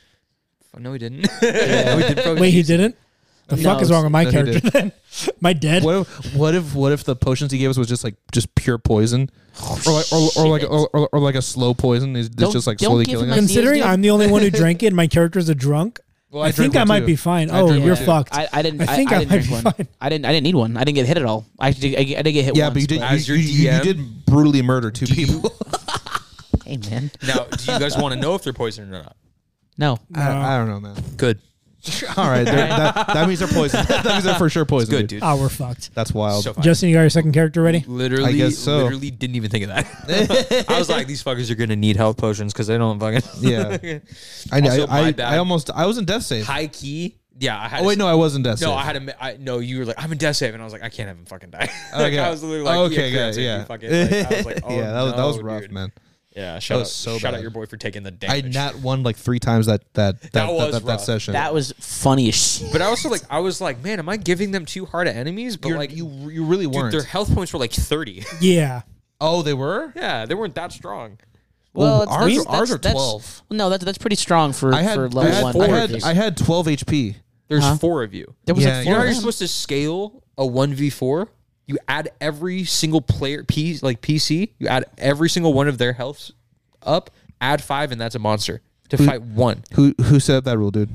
D: Oh, no, he didn't. no, he did probably.
C: Wait, he didn't? The
A: No,
C: fuck is
A: it's-
C: wrong with my
B: no, he
C: character
B: didn't.
C: then? Am I dead?
B: What if, what if what if the potions he gave us was just like just pure poison, or like or, or like or, or, or like a slow poison? Is
A: Don't-
B: it's just like
A: don't
B: slowly
A: give
B: killing
A: him
B: us?
A: a-
C: Considering
A: dude.
C: I'm the only one who drank it and my character's a drunk, I,
B: drink
C: think I
B: one
C: might
B: too.
C: be fine.
B: I
C: oh,
B: drink
C: you're
B: one too.
C: fucked.
A: I, I didn't.
C: I think
A: I,
C: I
A: didn't
C: might
A: drink
C: be
A: one.
C: fine.
A: I didn't. I didn't need one. I didn't get hit at all. I did, I, I did get hit
B: Yeah,
A: once.
B: but you did
D: As
B: you,
D: your
B: you, you
D: DM,
B: did brutally murder two people.
A: Hey man.
D: now, do you guys want to know if they're poisoned or not?
A: No.
B: I, I don't know, man.
D: Good.
B: All right, they're- that, that means they're poisoned. that means they're for sure poisoned.
D: Good, dude.
C: oh, we're fucked.
B: That's wild.
D: So fine.
C: Justin, you got your second character ready?
D: Literally,
B: I guess so.
D: literally didn't even think of that. I was like, these fuckers are gonna need health potions because they don't fucking
B: yeah, I, I,
D: Also, my
B: I,
D: bad.
B: I almost I was in death save.
D: high key. Yeah, I had.
B: Oh wait, no, I wasn't death
D: No,
B: save.
D: I had a. I, no, you were like, I'm in death save, and I was like, I can't have him fucking die. like,
B: Okay.
D: I was literally like,
B: okay,
D: yeah,
B: guys,
D: Creon's gonna
B: yeah,
D: be fucking, like, I was like, oh,
B: yeah, that was that was
D: no,
B: rough,
D: dude.
B: man.
D: Yeah, shout out,
B: was so
D: shout out
B: bad.
D: your boy for taking the
B: I
D: damage.
B: nat won like three times that that that that,
D: was
B: that, that
D: rough.
B: session.
A: That was funny as shit.
D: but I also like I was like, man, am I giving them too hard at enemies? But
B: You're-
D: like
B: you you really
D: dude,
B: weren't.
D: their health points were like thirty.
C: Yeah.
B: oh, they were.
D: yeah, they weren't that strong.
B: Well,
A: it's-
B: ours-
A: that's-
B: ours
A: that's-
B: are
A: that's-
B: 12.
A: No, that's that's pretty strong for,
B: I had
A: for
B: I
A: level
B: had,
A: one.
B: I
A: Or
B: had
A: just-
B: I had twelve HP.
D: There's four of you.
A: there was
B: Yeah,
A: like
B: yeah.
A: four
D: You know how
A: of
D: you're
A: them.
D: supposed to scale a one v four? You add every single player piece like PC. You add every single one of their healths up. Add five, and that's a monster to
A: Hmm.
D: fight one.
B: Who who set up that rule, dude?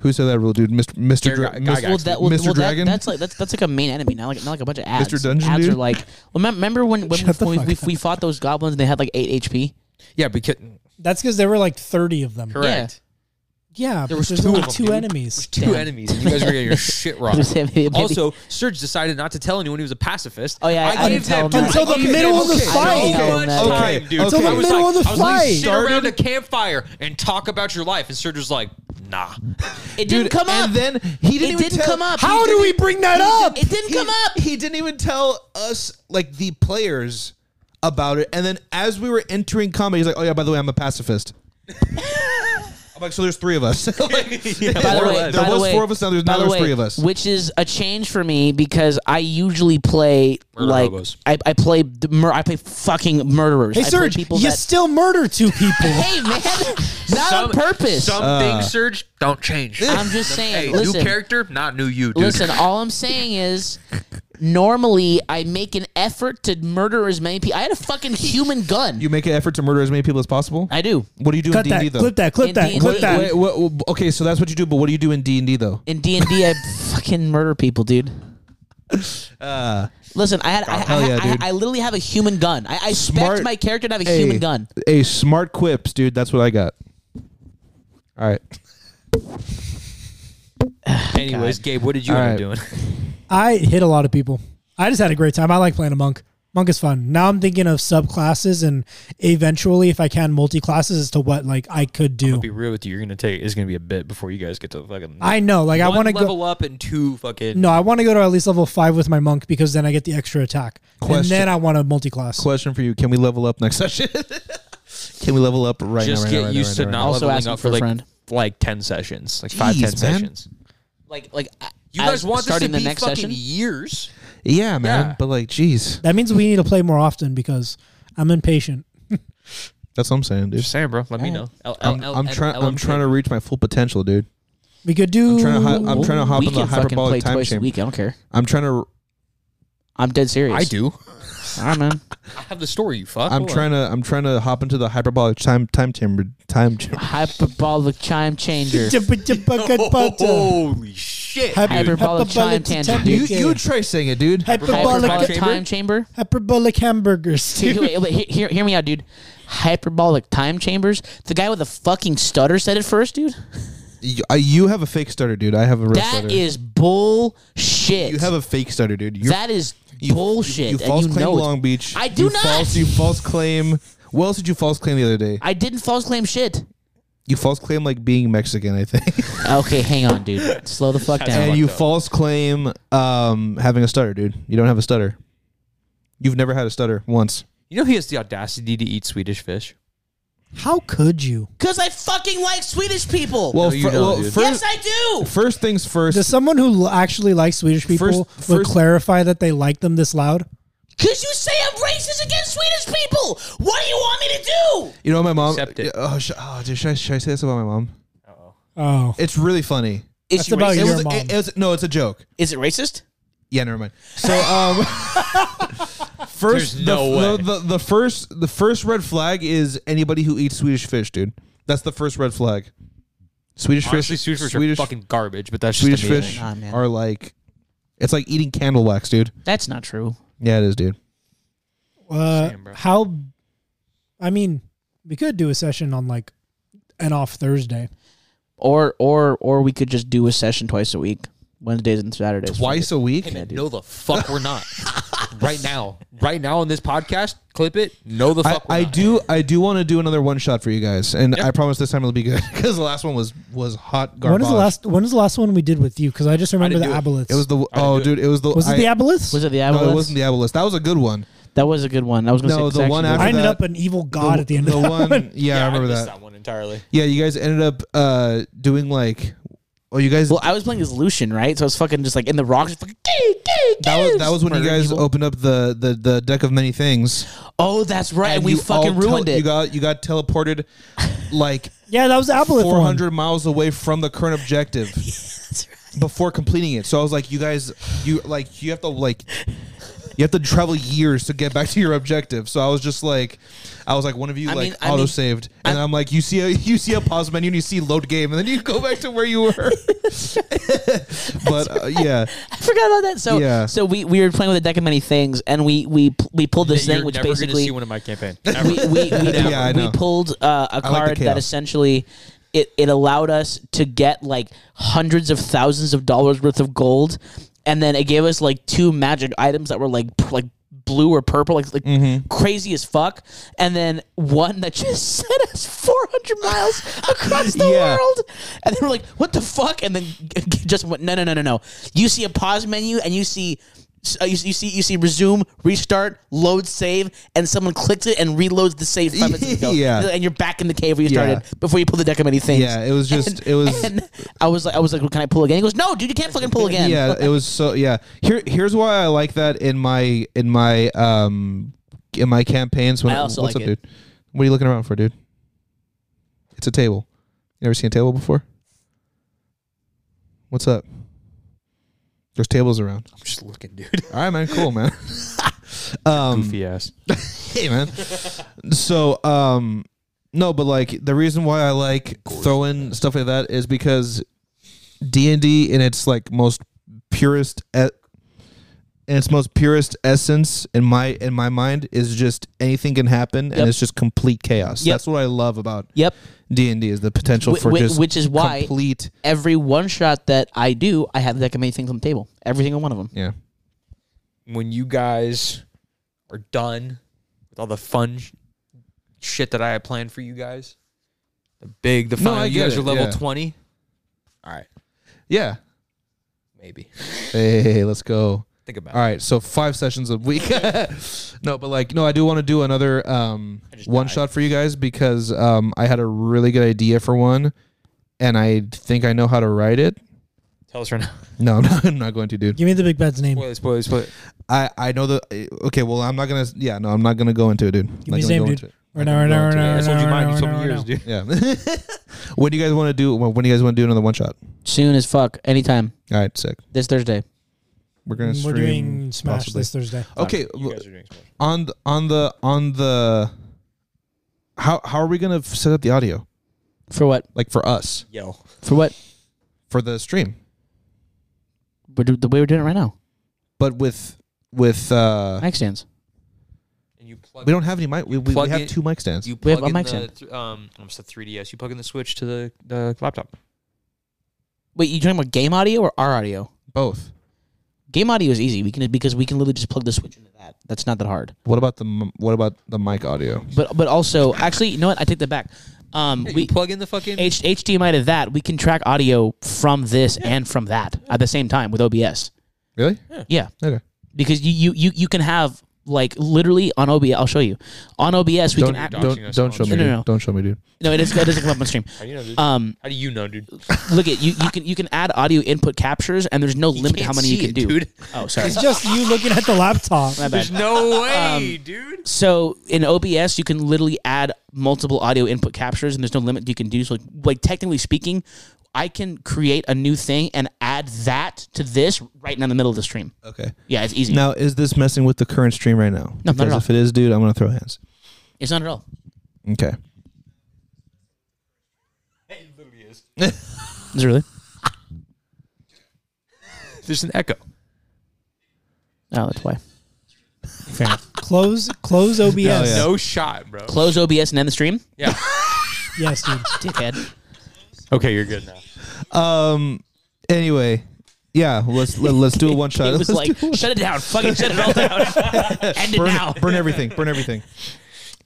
B: Who set up that rule, dude? Mister Mister
D: Guy-
B: Dra-
D: Guy
B: Mis-
D: Guy.
A: well, that, well,
B: Mr.
A: well, that-
B: Dragon?
A: that's like that's, that's like a main enemy, not like not like a bunch of ads.
B: Mr. Dungeon
A: ads
B: Dude?
A: are like. Well, mem- remember when when,
C: Shut the
A: we,
C: fuck
A: we, we fought those goblins and they had like eight HP?
D: Yeah, because
C: That's because there were like 30 of them.
D: correct.
C: Yeah.
D: There
C: but
D: was
C: there's
D: two
C: only
D: of them,
C: two
D: dude.
C: enemies.
D: Two
A: Damn.
D: enemies. And you guys were getting your shit rocked.
A: Maybe-
D: also, Serge decided not to tell anyone he was a pacifist.
A: Oh, yeah, I didn't tell him that.
D: I
A: Until
C: the
D: gave
C: middle of the
D: okay,
C: fight.
D: So
A: Okay,
D: much time,
B: okay,
D: dude.
B: Until
D: I
B: the
D: was
C: middle
D: like-
C: of the
D: I was like,
C: fight.
D: Sit around a campfire and talk about your life, and Serge was like, "Nah."
A: it didn't come up.
B: And then
A: It
B: he didn't even
A: didn't
B: tell-
A: come up.
B: How
A: He
B: do
A: didn't-
B: we bring that
A: he
B: up?
A: didn't- it didn't
B: He-
A: come up.
B: He didn't even tell us like the players about it. And then as we were entering combat, he's like, "Oh yeah, by the way, I'm a pacifist." I'm like, "So there's three of us." Like,
A: by
B: there
A: the
B: were-
A: way,
B: there
A: by the
B: was
A: way-
B: four of us. Now there's
A: by
B: now
A: the
B: there's
A: way,
B: three of us.
A: which is a change for me because I usually play
D: Murder
A: like
D: hobos.
A: I, I play the mur- I play fucking murderers.
C: Hey,
A: I
C: Serge,
A: play people
C: you
A: that
C: still murder two people.
A: hey man, not
D: Some-
A: on purpose.
D: Some things, Serge, don't change.
A: I'm just saying.
D: Hey, new
A: listen,
D: character, not new you, dude.
A: listen. All I'm saying is, normally I make an effort to murder as many people. I had a fucking human gun.
B: you make an effort to murder as many people as possible.
A: I do
B: what do you do
C: Cut
B: in D&D
C: that.
B: though?
C: Clip that. Clip
A: In
C: that.
A: D&D.
C: Clip
B: Wait,
C: that.
B: what- what- okay, so that's what you do. But what do you do in D and D though?
A: in D and D. I fucking murder people, dude. Listen, I had I, I,
B: Uh, hell yeah,
A: I-
B: dude.
A: I literally have a human gun. I, I
B: Smart-
A: expect my character to have a human gun.
B: A smart quips, dude. That's what I got. All right.
D: Anyways, Gabe, what did you
B: All
D: end
B: right.
D: up doing?
C: I hit a lot of people. I just had a great time. I like playing a monk. Monk is fun. Now I'm thinking of subclasses and eventually, if I can, multi classes as to what like I could do.
D: be real with you. You're gonna take. It's gonna be a bit before you guys get to fucking.
C: I know. Like I
D: One
C: want to go.
D: level up and two fucking.
C: No, I want to go to at least level five with my monk because then I get the extra attack, and
B: Question.
C: then I want a multi-class.
B: Question for you: Can we level up next session? Can we level up right
D: just
B: now? right now, right now,
D: get used
B: right
D: to
B: now,
D: not
B: right
A: Also
D: leveling
A: asking
D: up
A: for
D: for
A: a
D: like
A: friend.
D: like ten sessions, like five
B: Jeez,
D: ten
B: man.
D: sessions.
A: Like like
D: You
A: as
D: guys want this to
A: starting
D: be
A: the next
D: fucking
A: session.
D: years?
B: now? Yeah, man.
D: Yeah.
B: But like, jeez,
C: That means we need to play more often because I'm impatient.
B: that's what I'm saying, dude.
D: Just saying, bro. Let me know. L-
B: I'm,
D: L-
B: I'm
D: L-
B: trying. I'm
D: LMK.
B: trying to reach my full potential, dude.
C: We could do.
B: I'm trying to. Hi- I'm trying to hop
A: we
B: in the
A: can fucking play
B: hyperbolic time
A: twice a
B: chamber.
A: week. I don't care.
B: I'm trying to.
A: I'm dead serious.
D: I do.
A: All right, man.
D: I have the story. You fuck.
B: I'm
D: Hold on.
B: trying to. I'm trying to hop into the hyperbolic time time chamber. Time chamber.
A: Hyperbolic chime changer.
D: Holy shit!
C: Hyper-
D: dude.
A: Hyperbolic chime tangent,
B: Oh. You,
A: dude.
C: Okay.
B: you try saying it, dude.
C: Hyperbolic,
A: Hyperbolic
D: chamber?
A: time chamber.
C: hyperbolic hamburgers.
A: Dude, wait, wait, he- hear, hear me out, dude. Hyperbolic time chambers. The guy with the fucking stutter said it first, dude.
B: You, uh, you have a fake starter, dude. I have a real
A: That
B: starter.
A: is bullshit.
B: you have a fake starter, dude. You're
A: that is bullshit.
B: You
A: and
B: false
A: you
B: claim
A: know it's-
B: Long Beach.
A: I do
B: you
A: not.
B: False, you false claim. What else did you false claim the other day?
A: I didn't false claim shit.
B: You false claim like being Mexican, I think.
A: Okay, hang on, dude. Slow the fuck down.
B: and you
D: fucked up.
B: false claim um, having a stutter, dude. You don't have a stutter. You've never had a stutter once.
D: You know he has the audacity to eat Swedish fish.
C: How could you?
A: Because I fucking like Swedish people.
B: Well,
D: you
B: fir-
D: don't,
B: well
D: dude.
A: yes,
B: first,
A: I do.
B: first things first.
C: Does someone who l- actually likes Swedish people
B: First-
C: would
B: first-
C: clarify that they like them this loud?
A: Because you say I'm racist against Swedish people. What do you want me to do?
B: you know, my mom.
D: Accept it.
B: Oh, sh- oh, dude, should I, should I say this about my mom?
C: Oh,
B: It's really funny.
C: that's about
B: It
C: your
B: was,
C: mom.
B: it- it was- no, it's a joke.
A: Is it racist?
B: Yeah, never mind. So, um, first,
D: There's
B: the,
D: no way.
B: the, the the first the first red flag is anybody who eats Swedish fish, dude. That's the first red flag. Swedish
D: Honestly,
B: fish,
D: Swedish fish
B: Swedish,
D: are fucking garbage, but that's
B: Swedish
D: just amazing.
B: fish
A: Nah, man.
B: are like, it's like eating candle wax, dude.
A: That's not true.
B: Yeah, it is, dude.
C: Uh,
D: Damn, bro.
C: how? I mean, we could do a session on like an off Thursday.
A: Or or or we could just do a session twice a week, Wednesdays and Saturdays.
B: Twice a week.
D: Hey, man, no, the fuck we're not. right now, right now on this podcast, clip it. No, the
B: I,
D: fuck we're
B: I
D: not.
B: do I do want to do another one shot for you guys, and I promise this time it'll be good because the last one was was hot garbage.
C: When is the last? When is the last one we did with you? Because I just remember the
D: do it.
C: aboliths.
B: It was the oh,
D: do it.
B: dude, it was the
C: Was it
B: I-
C: the aboliths?
A: Was it the
B: No,
A: Avalanche?
B: it wasn't the abolist. That was a good one.
A: That was a good one. I was going to
B: No,
A: say
B: the one
A: actually-
B: after
C: I ended
B: that-
C: up an evil god at the end of that
B: one,
C: one.
B: Yeah, I remember
D: missed
B: that.
D: that one entirely.
B: Yeah, you guys ended up uh, doing like, oh, you guys.
A: Well, I was playing as Lucian, right? So I was fucking just like in the rocks. just Fucking, "Gay, gay,
B: that
A: gay,"
B: was that was when you
A: murdering
B: guys
A: people.
B: opened up the, the the deck of many things,
A: Oh, that's right. And, we
B: you all
A: fucking
B: tel-
A: ruined it.
B: You got you got teleported like
C: Yeah, that was the Apple
B: four
C: one.
B: hundred miles away from the current objective before completing it. So I was like, you guys, you like you have to like you have to travel years to get back to your objective. So I was just like, I was like, one of you
A: I
B: like
A: mean- I mean-
B: auto saved, and I'm like, you see a you see a pause menu and you see load game, and then you go back to where you were. but uh, yeah,
A: I forgot about that. So
B: Yeah.
A: so we, we were playing with a deck of many things, and we we we pulled this
D: You're
A: thing, which
D: never gonna
A: basically
D: see one in my campaign.
A: we we, we,
B: Yeah, I know.
A: we pulled uh, a
B: I like the
A: card that
B: chaos.
A: essentially it, it allowed us to get like hundreds of thousands of dollars worth of gold, and then it gave us like two magic items that were like p- like blue or purple, like like
B: Mm-hmm.
A: crazy as fuck, and then one that just sent us four hundred miles across the
B: Yeah.
A: world, and they were like, "What the fuck?" And then just went, "No, no, no, no, no." You see a pause menu, and you see uh, you, you see you see resume, restart, load, save, and someone clicked it and reloads the save five minutes ago.
B: Yeah.
A: and you're back in the cave where you
B: Yeah.
A: started before you pull the deck of many things.
B: yeah, it was just it was.
A: And I was like, I was like, well, can I pull again? He goes, no, dude, you can't fucking pull again.
B: Yeah, it was so yeah. Here here's why I like that in my in my um in my campaigns when
A: I also
B: what's
A: like
B: up,
A: it.
B: dude? What are you looking around for, dude? It's a table. You never seen a table before? What's up? There's tables around.
D: I'm just looking, dude.
B: All right, man. Cool, man. um,
D: Goofy ass.
B: hey man so um no but like the reason why i like throwing stuff like that is because d&d in its like most purest e- in its most purest essence in my in my mind is just anything can happen
A: Yep.
B: and it's just complete chaos
A: Yep.
B: that's what i love about
A: Yep.
B: d&d is the potential
A: Wh-
B: for
A: wh-
B: just
A: which is why-
B: complete
A: Every one shot that I do, I have the deck of many things on the table. Every single one of them.
B: yeah
D: When you guys are done with all the fun sh- shit that I had planned for you guys, the big, the
B: No,
D: final.
B: I
D: you
B: get
D: guys
B: it,
D: are level
B: yeah.
D: twenty. All right,
B: yeah
D: maybe
B: hey let's go
D: think about
B: All right, so five sessions a week. no, but like, no, I do want to do another um,
D: just
B: one
D: died.
B: shot for you guys because um, I had a really good idea for one, and I think I know how to write it.
D: it. Tell us right now.
B: No, I'm not, I'm not going to, dude.
C: Give me the big bed's name.
D: Spoilers, spoilers, spoilers.
B: I I know the. eh, Okay, well, I'm not gonna. Yeah, no, I'm not gonna go into it, dude.
C: Give
B: not gonna
C: me his name,
B: go
C: dude.
B: into it.
C: Right now, right now, right now,
D: I
C: right now,
D: told you mine. You
C: right
D: told
C: now,
D: me
C: right
D: yours,
C: now.
D: dude.
B: Yeah. when do you guys want to do? When do you guys want to do another one shot?
A: Soon as fuck. Anytime.
B: All right, sick.
A: This Thursday.
B: We're gonna. stream
C: We're doing Smash
B: possibly. Uh,
C: this Thursday.
B: Okay,
D: You guys are doing spoilers.
B: on the, on the on the. How how are we gonna set up the audio
A: For what?
B: like for us
D: Yo,
A: For what?
B: for the stream?
A: We're do- the way we're doing it right now.
B: but with with uh
A: Mic stands.
D: and you plug.
B: we don't have any mic we, we, we
D: Plug
B: have
D: it-
B: two mic stands
D: You
A: We have
D: plug
A: a
D: in
A: mic
D: the th- um, I almost said 3ds. You plug in the switch to the, the laptop.
A: Wait, you talking about game audio or our audio?
B: both
A: Game audio is easy. We can because we can literally just plug the switch into that. That's not that hard.
B: what about the m- what about the mic audio
A: But but also, actually, you know what? I take that back. Um,
D: We
A: we
D: plug in the fucking.
A: H- HDMI to that. We can track audio from this and from that at the same time with OBS.
B: really
A: Yeah,
B: okay
A: because you you you, you can have like literally on OBS. I'll show you on OBS. We
B: don't
A: can act.
D: doxing
B: don't,
D: us
B: don't
D: on
B: show me
A: stream. No,
B: dude.
A: no, no.
B: don't show me dude
A: No, it, is, it doesn't come up on stream.
D: How do you know, dude?
A: Um,
D: How do you know, dude?
A: look at you. You can you can add audio input captures, and there's no limit to how
D: can't
A: many you
D: see
A: can
D: it,
A: do.
D: dude.
A: Oh, sorry.
C: It's just you looking at the laptop.
A: My bad.
D: no way, dude.
A: So in OBS, you can literally add multiple audio input captures, and there's no limit you can do. So, like, like technically speaking, I can create a new thing and add that to this right now in the middle of the stream.
B: okay
A: Yeah, it's easy.
B: now is this messing with the current stream right now
A: No, not at all.
B: if it is dude i'm gonna throw hands
A: It's not at all.
B: okay
D: It literally is.
A: Is it really?
D: There's an echo.
A: Oh, that's why.
C: Close, close OBS.
B: yeah.
D: No shot, bro.
A: Close OBS and end the stream.
D: Yeah.
C: Yes, dude.
A: Dickhead.
D: okay, you're good now.
B: um anyway yeah let's let, let's do a one shot
A: It was
B: Let's
A: like,
B: do a-
A: shut it down. Fucking shut it all down. end it
B: burn,
A: now.
B: burn everything burn everything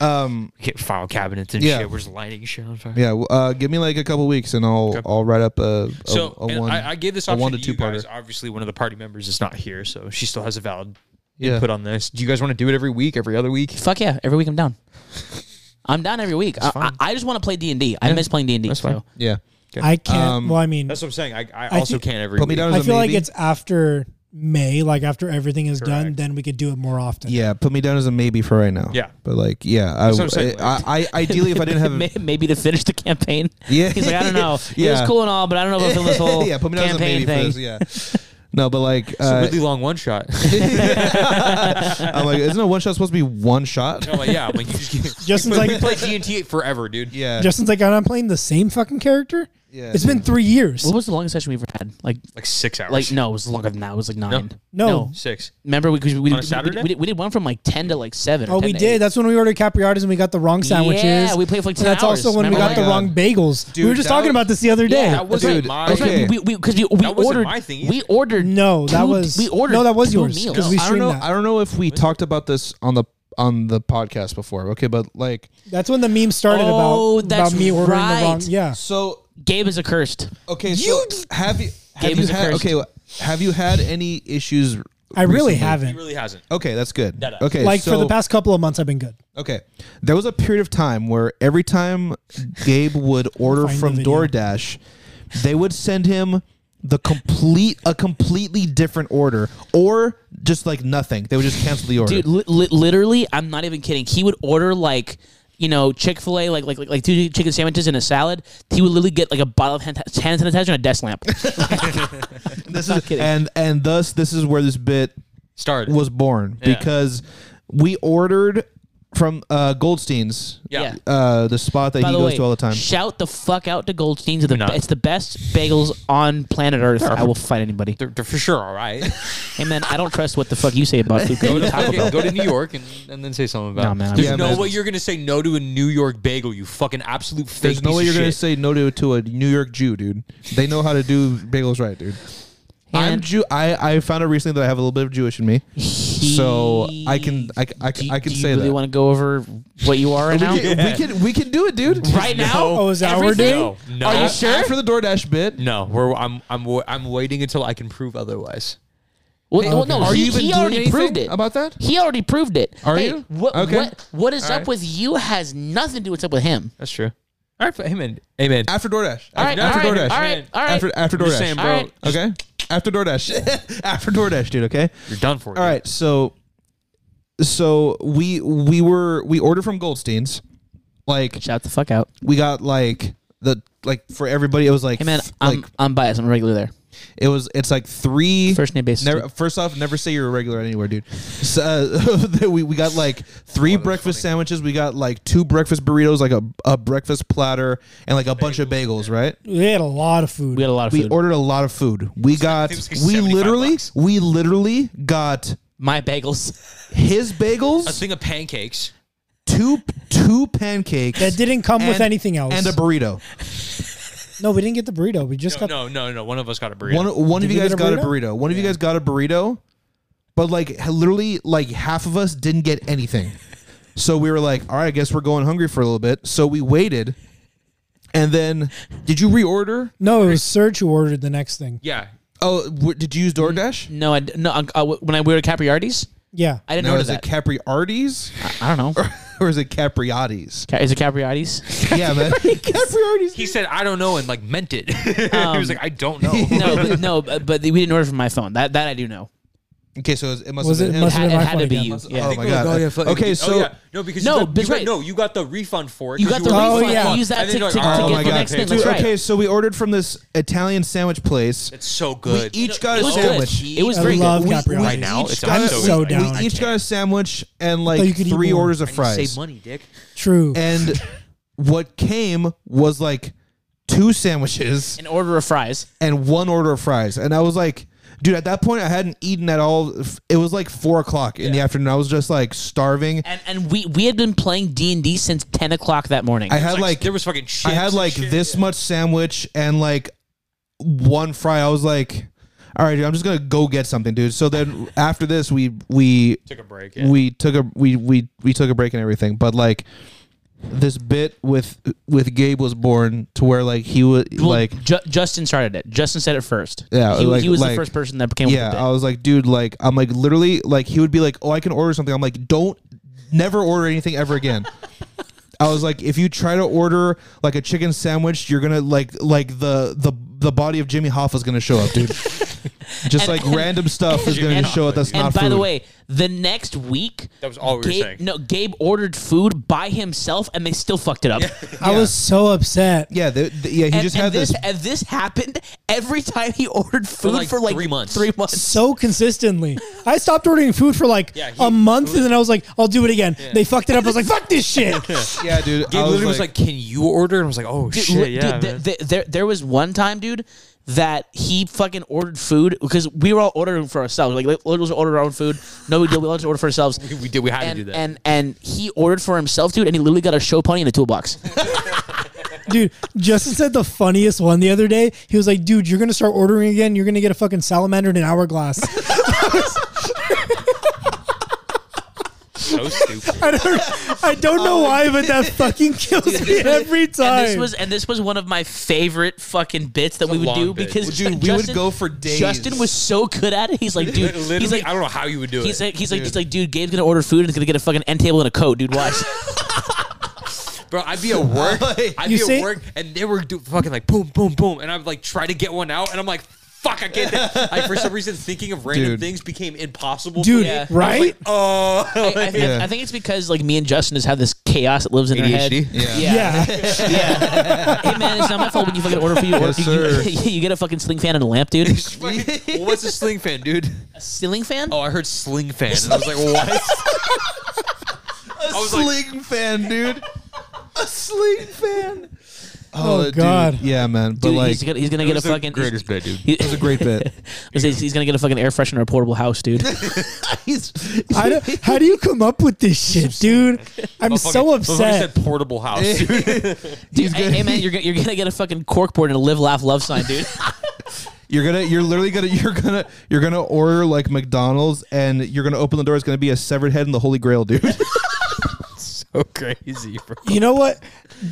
B: um
D: Get file cabinets and
B: Yeah.
D: shit. We're just lighting shit on fire.
B: yeah w- uh give me like a couple weeks and i'll i'll write up a, a,
D: So
B: a
D: and
B: one
D: I, I gave this
B: a
D: option
B: one
D: to,
B: to two
D: you guys.
B: parter
D: Obviously, one of the party members is not here, so she still has a valid
B: Yeah.
D: input on this. Do you guys want to do it every week, every other week?
A: Fuck yeah! Every week I'm down. I'm down every week. I,
D: fine.
A: I- I just want to play D and D. I miss playing D and D.
D: that's fine.
A: So
B: Yeah.
C: I can't.
B: Um,
C: well, I mean,
D: That's what I'm saying. I, I,
C: I
D: also
C: think-
D: can't every
B: Put me
D: week.
B: down as
C: I
B: a
C: feel like
B: maybe.
C: it's after May, like after everything is done,
D: Correct.
C: then we could do it more often.
B: Yeah, put me down as a maybe for right now.
D: Yeah.
B: but like, yeah, I,
D: That's what I'm saying,
B: I, I, ideally, if I didn't have,
A: May- maybe to finish the campaign.
B: yeah,
A: He's like, I don't know. It was
B: Yeah.
A: cool and all, but I don't know if I feel this whole
B: yeah, put me down as a
A: campaign
B: maybe for
A: thing.
B: this. Yeah, no, but like,
D: It's a
B: uh,
D: really long one shot.
B: I'm like, isn't a one shot supposed to be one shot?
D: I'm like, yeah, I'm like, you just get,
C: Justin's
D: we
C: like,
D: play TNT forever, dude.
B: Yeah,
C: Justin's like, I'm playing the same fucking character.
B: yeah.
C: It's been three years.
A: What was the longest session we ever had? Like,
D: Like six hours.
A: like no, it was longer than that. It was like nine.
C: No.
D: Six.
A: Remember, we because we, we,
D: a
A: we-
D: Saturday?
A: we did- we did one from like ten to like seven. or
C: Oh,
A: 10
C: we
A: to
C: did.
A: eight.
C: That's when we ordered Capriartis and we got the wrong sandwiches.
A: Yeah, we played for like 10
C: And that's also
A: hours,
C: when we
A: remember?
C: got the
B: Oh my
C: wrong
B: God.
C: bagels. we
B: Dude,
C: were just
B: that
C: talking
B: was-
C: about this the other day.
A: Yeah,
D: That wasn't
B: Dude,
D: my.
B: okay.
A: Because we, we, 'cause we, we
D: That wasn't
A: ordered,
D: my thing either.
A: we ordered.
C: No, that
A: two-
C: was-
A: we ordered.
C: no, that was
A: two
C: yours,
A: meals.
C: 'cause we
B: I don't know.
C: that.
B: I don't know if we talked about this on the on the podcast before. Okay, but like,
C: That's when the meme started
A: Oh,
C: about,
A: that's
C: about me ordering the wrong.
A: right.
C: Yeah.
B: so
A: Gabe is accursed.
B: okay, so have you have
A: Gabe
B: you
A: is
B: had
A: accursed.
B: okay? wh- Have you had any issues?
C: I really
B: recently?
D: He
C: haven't.
D: really hasn't.
B: Okay, that's good.
D: No, no.
B: Okay,
C: like for
B: so-
C: the past couple of months, I've been good.
B: Okay. There was a period of time where every time Gabe would order
C: Find the
B: from
C: video.
B: DoorDash, they would send him the complete a completely different order or just like nothing. They would just cancel the order.
A: Dude, li- li- literally, I'm not even kidding. He would order like you know Chick Fil A, like like like like two chicken sandwiches and a salad. He would literally get like a bottle of hand, hand sanitizer and a desk lamp.
B: this
A: not
B: is
A: kidding.
B: and and thus this is where this bit
D: Started.
B: was born
D: Yeah.
B: because we ordered from uh Goldstein's
D: yeah.
A: Yeah.
B: uh the spot that
A: By
B: he
A: the
B: goes
A: way,
B: to all the time.
A: shout the fuck out to Goldstein's. The
D: not.
A: be- it's the best bagels on planet Earth. I will fight anybody.
D: They're, they're for sure all right.
A: Hey man, I don't trust what the fuck you say about food.
D: go, to,
A: Taco
D: fucking-
A: Bell.
D: go to New York and, and then say something about
A: No,
D: it.
A: man, I'm
D: There's
B: Yeah,
D: no
B: man.
D: way you're going to say no to a New York bagel, you fucking absolute fake
B: There's no
D: piece
B: way
D: of
B: you're gonna
D: shit.
B: say no to, to a New York Jew, dude. They know how to do bagels right, dude. I'm
A: And
B: Jew. I, I found out recently that I have a little bit of Jewish in me, so I can I, I, I
A: do,
B: can
A: do
B: say
A: you really
B: that.
A: want to go over what you are right now?
B: We, can, we can we can do it, dude.
A: Right now?
C: Oh, is that what we're
A: Everything?
D: doing? No, no.
A: Are you
D: I-
A: sure?
B: After the DoorDash bit,
D: No, we're, I'm, I'm, wa- I'm waiting until I can prove otherwise.
A: Well, well, no,
B: are
A: he,
B: you even
A: he
B: doing
A: already
B: anything
A: proved it.
B: about that?
A: He already proved it.
B: Are
A: Hey,
B: you?
A: What,
B: Okay.
A: what, what is
B: All
A: up
B: right.
A: with you has nothing to do with what's up with him.
D: That's true. All right, amen. Amen.
B: After DoorDash.
A: All right,
B: after
A: all right,
B: DoorDash.
A: all right, all right.
B: After after
D: I'm just
B: DoorDash.
D: saying, bro.
A: All right.
B: Okay. After DoorDash. after DoorDash, dude. Okay.
D: You're done for.
B: All right. So, so we we were we ordered from Goldstein's, like
A: Shout the fuck out.
B: we got like the like for everybody it was like
A: Hey man,
B: f-
A: I'm
B: like
A: I'm biased. I'm a regular there.
B: it was it's like three
A: First name basis.
B: Never, first off, never say you're a regular anywhere, dude. So, uh, we, we got like three breakfast sandwiches. We got like two breakfast burritos, like a, a breakfast platter, and like a bunch of bagels, right?
C: We had a lot of food.
A: we had a lot of
B: We
A: food.
B: ordered a lot of food. We got,
D: it was like
B: we
D: 75
B: literally,
D: bucks.
B: we literally got
A: My bagels.
B: his
D: A
B: bagels,
D: thing of pancakes.
B: two two pancakes
C: that didn't come with
B: and-
C: anything else.
B: and a burrito.
C: no, we didn't get the burrito. We just
D: No,
C: got.
D: no, no, no. One of us got a burrito.
B: One one of
C: Did
B: you
C: we
B: guys got
C: get a
B: a
C: burrito?
B: burrito. One of you guys got a burrito, but like h- literally, like half of us didn't get anything. So we were like, all right, I guess we're going hungry for a little bit. So we waited, and then did you reorder?
C: No, it was Serge who ordered the next thing.
D: yeah.
B: Oh, w- did you use DoorDash?
A: No, I d- no. I, uh, when I ordered Capriarti's,
C: Yeah.
A: I didn't
B: No,
A: order
B: is it
A: that.
B: Capriarti's
A: I don't know.
B: or is it Capriati's?
A: Ca- Is it Capriarti's?
B: yeah, man, Capriarti's.
D: He said, I don't know, and like meant it. he was like, I don't know.
A: no, but, no. But, but we didn't order from my phone. That that I do know.
B: Okay, so it must
C: Was
B: have
C: it-
B: been him.
C: must have
A: It
C: been my
A: had to
C: phone
A: be
C: again.
A: you.
C: Must-
A: Yeah.
B: Oh my god. okay, so
D: Oh, yeah. no, because
A: No,
D: you got,
A: that's
D: you got-
A: right.
D: no, you got the refund for it.
A: You
D: 'cause
A: got the
C: were-
D: were-
C: Oh,
A: refund.
C: yeah.
A: You use that
D: And
A: to,
D: then
A: to,
D: you're
A: to
D: like,
B: oh
A: get
B: my
A: the
B: God.
A: next thing.
B: Dude,
A: That's right.
B: Okay, so we ordered from this Italian sandwich place.
D: It's so
B: We
D: good.
B: each got
A: it
B: a
A: was
B: sandwich.
A: Good. It was
C: I
A: very
C: love
A: good.
B: We-
C: Capriati.
B: we
D: Right now,
B: each
D: it's-
B: got
D: I'm
B: a-
D: so
C: so
B: We
C: down.
B: each got a sandwich and like
C: thought you could eat
B: three
C: more.
B: orders of
D: You save
B: fries.
D: money, Dick.
C: True.
B: And what came was like two sandwiches
A: An order of fries.
B: and one order of fries. And I was like, dude, at that point, I hadn't eaten at all. It was like four o'clock in the afternoon. I was just like starving.
A: and and we we had been playing D and D since ten o'clock that morning.
B: I had
D: Like,
B: like,
D: there was fucking shit.
B: I had like this much sandwich and like one fry. I was like, all right, dude, I'm just gonna go get something, dude. So then after this, we we
D: Took a break.
B: we took a we we we took a break and everything but like this bit with with Gabe was born to where like he was
A: Well,
B: like
A: Ju- Justin started it. Justin said it first.
B: Yeah,
A: he,
B: like-
A: he was
B: like-
A: the first person that came.
B: yeah
A: with
B: I was like dude like I'm like literally like he would be like oh I can order something I'm like don't never order anything ever again. I was like if you try to order like a chicken sandwich you're going to like like the the the body of Jimmy Hoffa's going to show up dude. Just like random stuff is going
A: and-
B: to show up that's
A: and
B: not
A: by the
B: food.
A: way, the next week,
D: That was all we were
A: Gabe,
D: saying.
A: No, Gabe ordered food by himself, and they still fucked it up.
C: I was so upset.
B: yeah, the, the- yeah, he
A: and,
B: just
A: and
B: had this
A: and this happened every time he ordered food
D: like,
A: for like
D: three months.
A: Three months.
C: So consistently, I stopped ordering food for like
D: Yeah, he-
C: a month, and then I was like, "I'll do it again." They fucked it up. I was like, "Fuck this shit."
B: Yeah, dude.
D: Gabe
B: I
D: literally was like, "Can you order?" And I was like, "Oh
A: Dude,
D: shit,
A: li-
D: yeah."
A: dude, th-
D: man."
A: th- there, there was one time, dude, that he fucking ordered food because we were all ordering for ourselves. Like, like, literally ordered our own food. No big deal. We all just ordered for ourselves.
D: we did. We had
A: and,
D: to do that.
A: and and he ordered for himself, dude, and he literally got a show pony and a toolbox.
C: Dude, Justin said the funniest one the other day. He was like, dude, you're going to start ordering again. You're going to get a fucking salamander in an hourglass.
D: so stupid.
C: I don't, I don't know why, but that fucking kills me every time.
A: And this was and this was one of my favorite fucking bits that we
D: a
A: would
D: long
A: do
D: bit.
A: because
B: Dude, we would go for days.
A: Justin was so good at it. He's like, dude,
D: Literally,
A: he's like,
D: I don't know how you would do
A: he's
D: it.
A: like, he's like, he's like, dude, Gabe's gonna order food and he's gonna get a fucking end table and a coat, dude. Watch.
D: Bro, I'd be at work. I'd
C: You
D: be
C: see-
D: at work, and they were do, fucking like boom, boom, boom, and I'm like try to get one out, and I'm like, "Fuck, I can't." I for some reason thinking of random
B: Dude.
D: things became impossible.
C: dude,
D: for me.
A: Yeah.
C: right?
D: Oh,
A: I, I think, I think it's because like me and Justin just have this chaos that lives in our head.
D: ADHD?
B: Yeah.
C: yeah.
A: hey man, it's not my fault when you fucking order for you. Or
B: Yes,
A: you,
B: sir.
A: you, you get a fucking sling fan and a lamp, dude.
D: well, what's a sling fan, dude?
A: a ceiling fan?
D: Oh, I heard sling fan, and I was like, "What?"
B: a
D: was like-
B: sling fan, dude. A sling fan. Oh, dude.
C: God.
B: Yeah, man. But
A: dude,
B: like,
A: he's gonna, he's gonna get a
D: was the
A: fucking
D: greatest bit, dude.
A: He,
B: it's a great bit.
A: he's, he's gonna get a fucking air freshener, and a portable house, dude.
B: he's,
C: I don't- how do you come up with this shit, dude? I'm so
D: Motherfucker- motherfucker
C: upset.
D: Said portable house. Dude.
A: Dude, hey, hey, man, you're, gonna- you're gonna get a fucking corkboard and a live, laugh, love sign, dude.
B: you're gonna, you're literally gonna, you're gonna, you're gonna order like McDonald's, and you're gonna open the door. It's gonna be a severed head and the Holy Grail, dude.
D: so crazy, bro.
C: You know what?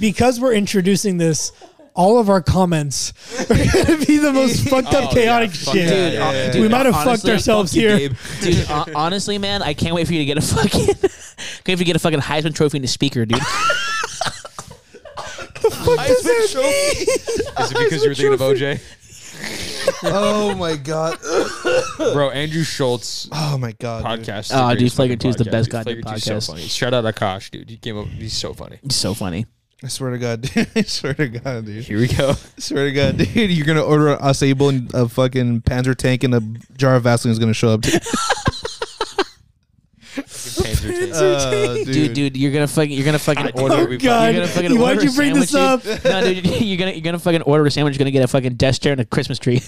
C: Because we're introducing this, all of our comments are going to be the most fucked up,
D: Oh, yeah,
C: chaotic
D: fuck
C: shit.
D: that, yeah, yeah,
C: we
A: yeah.
C: might have fucked
A: Honestly,
C: ourselves
A: fuck
C: here.
A: Dude, uh, honestly, man, I can't wait for you to get a fucking, can't wait for you to get a fucking Heisman Trophy and a speaker, dude.
D: Is it because you were thinking of OJ,
B: oh my god.
D: bro? Andrew Schultz
B: Oh my god. dude.
D: podcast.
A: Oh, dude, Flagrant Two is the best goddamn podcast.
D: So funny. Shout out Akash, dude. He came up. He's so funny.
A: It's so funny.
B: I swear to God, dude. I swear to God, dude.
D: Here we go.
B: I swear to God, dude. You're gonna order a sable and a fucking Panzer tank and a jar of Vaseline is gonna show up. Dude. Uh,
A: Dude, dude, you're gonna fucking, you're gonna fucking order.
C: Oh God!
A: You're gonna fucking
C: Why'd
A: order
C: you
A: a
C: bring this up?
A: sandwich, dude. No, dude, you're- you're gonna you're gonna fucking order a sandwich. You're gonna get a fucking desk chair and a Christmas tree.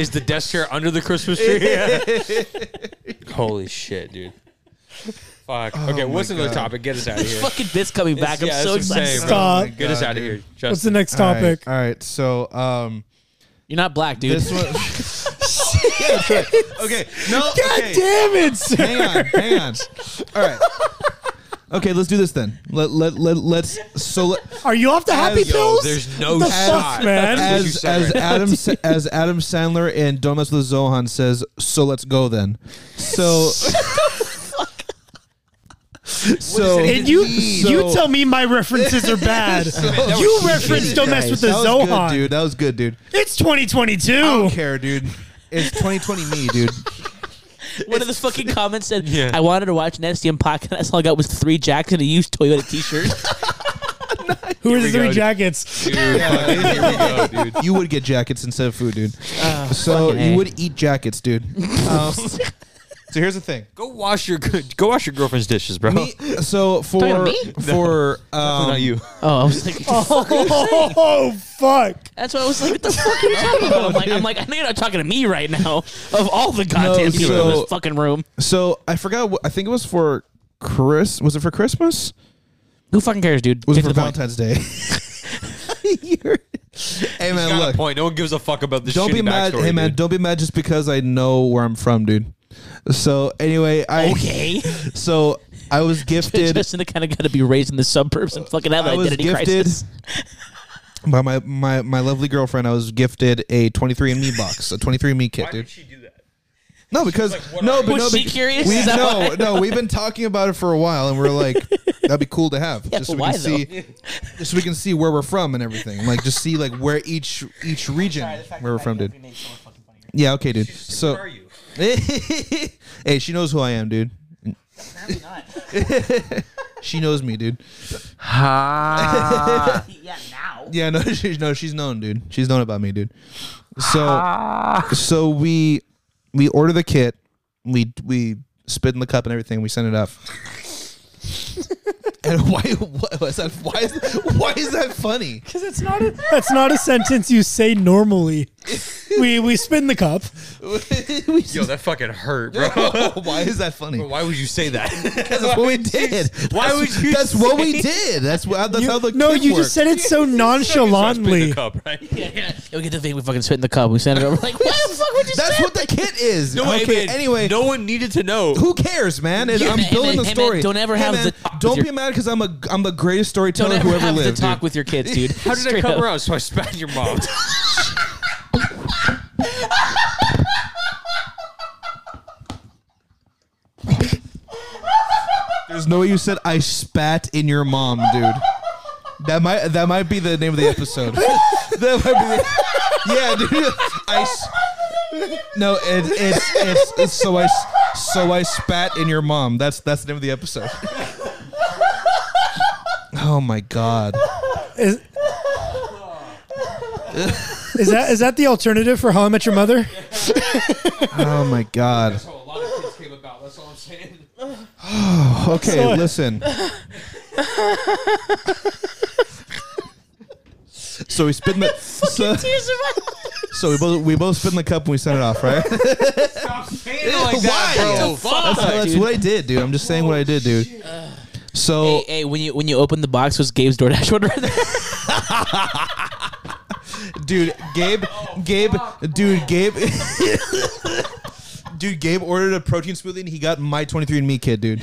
D: Is the desk chair under the Christmas tree? Holy shit, dude. Fuck. Okay, what's
B: Oh my
D: another
B: God.
D: topic? Get us out of here.
A: fucking bits coming back.
D: yeah,
A: I'm so
D: that's
A: excited.
B: Oh
D: insane, bro.
C: Stop.
D: Get us out of here. Justin.
C: What's the next
B: All right,
C: topic?
B: All right, so um,
A: You're not black, dude.
B: this one. Yeah, that's right. Okay, no.
C: God
B: okay.
C: damn it! sir.
B: Hang on, hang on. All right. Okay, let's do this then. Let let let let's so let,
C: Are you off the happy
B: yo,
C: pills?
D: There's no
C: the
D: shot.
C: fuck, man.
D: what you
B: as
D: said
B: as
D: right now.
B: Adam Sa- as Adam Sandler and Don't Mess with Zohan says. So let's go then. So. So
C: And you,
B: So-
C: you tell me my references are bad. you reference don't mess with the
B: that was
C: Zohan. Oh.
B: good, dude. That was good, dude.
C: It's 2022.
B: I don't care, dude. It's 2020 me, dude.
A: One of the fucking comments said,
D: Yeah.
A: "I wanted to watch an SDM podcast. All I got was three jackets and a used Toyota T-shirt."
C: Who are the
D: we
C: three
D: go.
C: jackets?
D: Dude, fucking, here we go, dude.
B: You would get jackets instead of food, dude. so
A: fucking A.
B: you would eat jackets, dude. Um, so here's the thing.
D: Go wash your go wash your girlfriend's dishes, bro.
B: Me, so for
A: about me?
B: for um,
D: Not you.
A: oh, I was like, what the fuck are you saying?
C: Oh fuck!
A: that's why I was like, "What the fuck are you talking about?" I'm like, "I'm like, I know you're not talking to me right now." Of all the goddamn people in
B: so-
A: this fucking room,
B: So I forgot. What, I think it was for Chris. Was it for Christmas?
A: who fucking cares, dude?
B: Was
A: Get
B: it
A: to
B: for
A: the point.
B: Valentine's Day? You're- hey man,
D: Got a
B: look.
D: point. No one gives a fuck about this.
B: Don't be
D: shitty
B: mad.
D: backstory,
B: Hey man,
D: dude.
B: don't be mad just because I know where I'm from, dude. So anyway, I
A: Okay.
B: so I was gifted
A: Justin kind of got to be raised in the suburbs and fucking have
B: I
A: an
B: was
A: identity
B: gifted
A: crisis.
B: by my, my my lovely girlfriend. I was gifted a 23andMe box, a 23andMe kit, dude.
D: she do that?
B: No, because
D: what
B: no,
D: are
B: but
A: Was
B: no,
A: she
B: bec-
A: curious?
B: We,
A: Is that
B: no, no, we've been talking about it for a while, and we're like, that'd be cool to have,
A: Yeah, but
B: just so we
A: why,
B: can see, just so we can see where we're from and everything, like just see like where each each region where we're from, dude. Yeah, okay, dude. So,
D: you?
B: hey, she knows who I am, dude. She knows me, dude.
A: yeah, now.
B: Yeah, no, she's no, she's known, dude. She's known about me, dude. So, so we we order the kit, we we spit in the cup and everything, we send it up. and why what was that? Why is why is that funny?
C: Because it's not a, that's not a sentence you say normally. We we spin the cup.
B: We- "Oh,
D: Yo, that fucking hurt, bro.
B: why is that funny?
D: Why would you say that?
B: Because that's what we did.
D: why
B: That's-
D: would you
B: That's what we
D: say-
B: did. That's what. That's
C: You-
B: how the
C: no,
B: kit
C: you
B: worked.
C: just said it so nonchalantly.
D: cup, right?
A: Yeah, we get the thing. We fucking spit in the cup. We send it over. Like, why the fuck would you?
B: That's
A: say
B: what the kit is.
D: No, wait,
B: okay.
D: man,
B: Anyway,
D: no one needed to know.
B: Who cares, man? It-
A: Yeah,
B: I'm
A: man, hey,
B: building
A: man,
B: the
A: hey, man,
B: story.
A: don't ever have
B: man,
A: the talk
B: Don't
A: with
B: be
A: your-
B: mad because I'm a I'm the greatest
A: Don't
B: storyteller
A: ever
B: who ever
A: have
B: lived.
A: the talk
B: dude.
A: with your kids, dude.
D: How did I
A: Straight
D: come
A: up.
D: around? So I spat on your mom.
B: There's no way you said I spat in your mom, dude. That might that might be the name of the episode. that might be the, yeah, dude. I s- no, it, it's it's it's so I s- so I spat in your mom. That's that's the name of the episode. Oh my god.
C: Is, is that is that the alternative for How I Met Your Mother?
B: Oh my god.
D: a lot of kids came about. That's all I'm saying.
B: Okay, listen. so we spin the so, so we both we both spin the cup and we send it off, right?
D: Stop saying it like
B: Why?
D: that, bro.
B: That's,
A: Fuck,
B: that's
A: dude.
B: what I did, dude. I'm just saying what I did, dude. So
A: Hey, hey, when you when you open the box, was Gabe's DoorDash order? in there?
B: dude, Gabe, Gabe, dude, Gabe, dude, Gabe ordered a protein smoothie and he got my 23andMe kid, dude.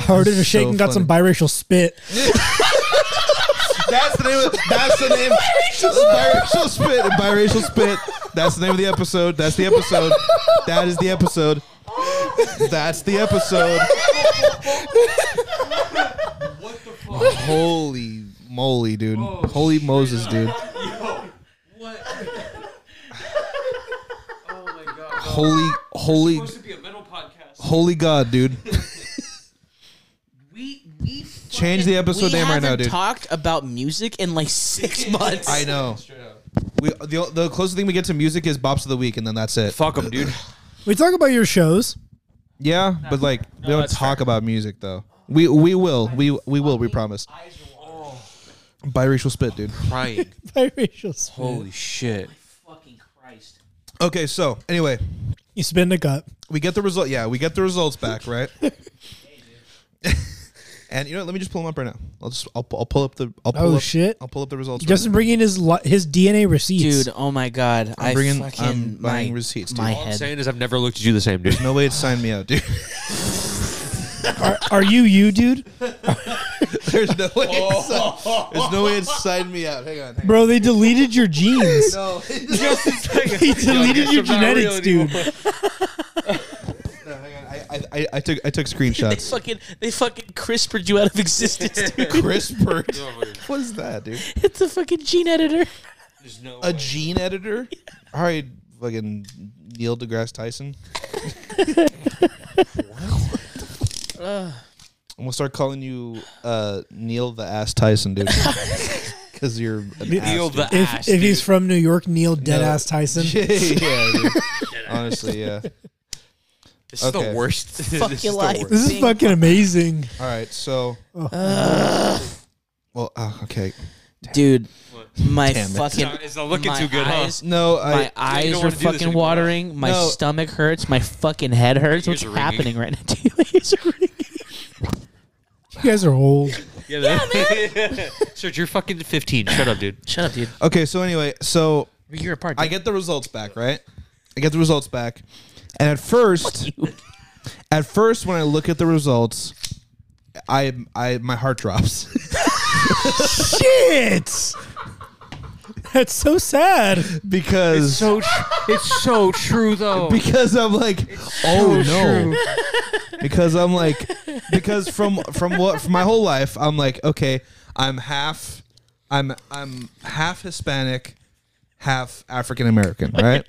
C: Hard in a shake
B: So
C: and got some biracial spit.
B: That's the name. Of, that's the name. biracial spit. Biracial spit. That's the name of the episode. That's the episode. That is the episode. That's the episode.
D: What the fuck?
B: Holy moly, dude. Holy Moses, dude.
D: Oh, What? oh my god.
B: Holy, holy,
D: to be a metal podcast.
B: holy God, dude.
A: we we
B: Change the episode name right now,
A: haven't
B: dude.
A: Talked about music in like six months.
B: I know.
D: Straight up.
B: We, the, the closest thing we get to music is Bops of the Week, and then that's it.
D: Fuck them, dude.
C: We talk about your shows.
B: Yeah, but like we don't
D: that's
B: talk about music though. We we will we we will we promise. Oh. Biracial spit, dude.
D: Crying.
C: Biracial spit.
D: Holy shit.
A: Fucking Christ.
B: Okay, so anyway,
C: You spin the cup.
B: we get the result. Yeah, we get the results back, right? and you know, what, let me just pull them up right now. I'll just I'll, pu- I'll pull up the I'll pull
C: Oh,
B: up,
C: shit.
B: I'll pull up the results. right
C: Justin bringing his li- his DNA receipts.
A: Dude, oh my god. I'm
B: bringing-
A: fucking,
B: I'm buying
A: my,
B: receipts, dude.
A: My
D: All I'm
A: head.
D: saying is I've never looked at you the same, dude.
B: now. no way, it's signed me out, dude.
C: Are, are you you, dude?
B: There's no way. It's, there's no way it's signed me out. Hang on. Hang on.
C: Bro, they deleted your genes.
B: No.
C: He deleted your genetics, dude.
B: No, hang on. I, I- I, I took I took screenshots.
A: Fucking, they fucking CRISPRed you out of existence, dude.
B: CRISPR. What is that, dude?
A: It's a fucking gene editor.
D: There's no
B: A gene editor? All right, fucking Neil deGrasse Tyson. I'm gonna start calling you uh, Neil the Ass Tyson, dude, because you're an
D: Neil
B: ass,
D: the
C: If,
D: ass.
C: if he's from New York, Neil Deadass Tyson.
B: dude. yeah, dude. honestly, yeah.
D: this is
B: okay.
D: the worst.
A: Fuck
D: this
A: your
D: is
A: life.
D: The worst.
C: This is
A: Bing.
C: fucking amazing.
B: All right, so. Well, oh, okay.
A: Dude, my
B: Damn it.
A: fucking.
D: It's not- it's not looking
A: my
D: too good, huh?
A: eyes,
B: No,
A: My
B: I.
A: eyes
D: you don't
A: are
D: wanna do this
A: fucking
D: anymore.
A: watering. My
B: No.
A: stomach hurts. My fucking head hurts.
D: Ears
A: What's
D: are ringing.
A: happening right now? Dude, my ears are ringing.
C: You guys are old.
D: Yeah, man. Serge, you're fucking 15. Shut up, dude.
A: Shut up, dude.
B: Okay, so anyway, so
A: You're apart.
B: I get the results back, right? I get the results back, and at first, At first, when I look at the results, I I my heart drops.
C: Shit. That's so sad.
B: because
D: So tr- it's so true though.
B: because I'm like oh no because I'm like because from from what from my whole life I'm like okay I'm half I'm I'm half Hispanic half African American
D: Oh
B: right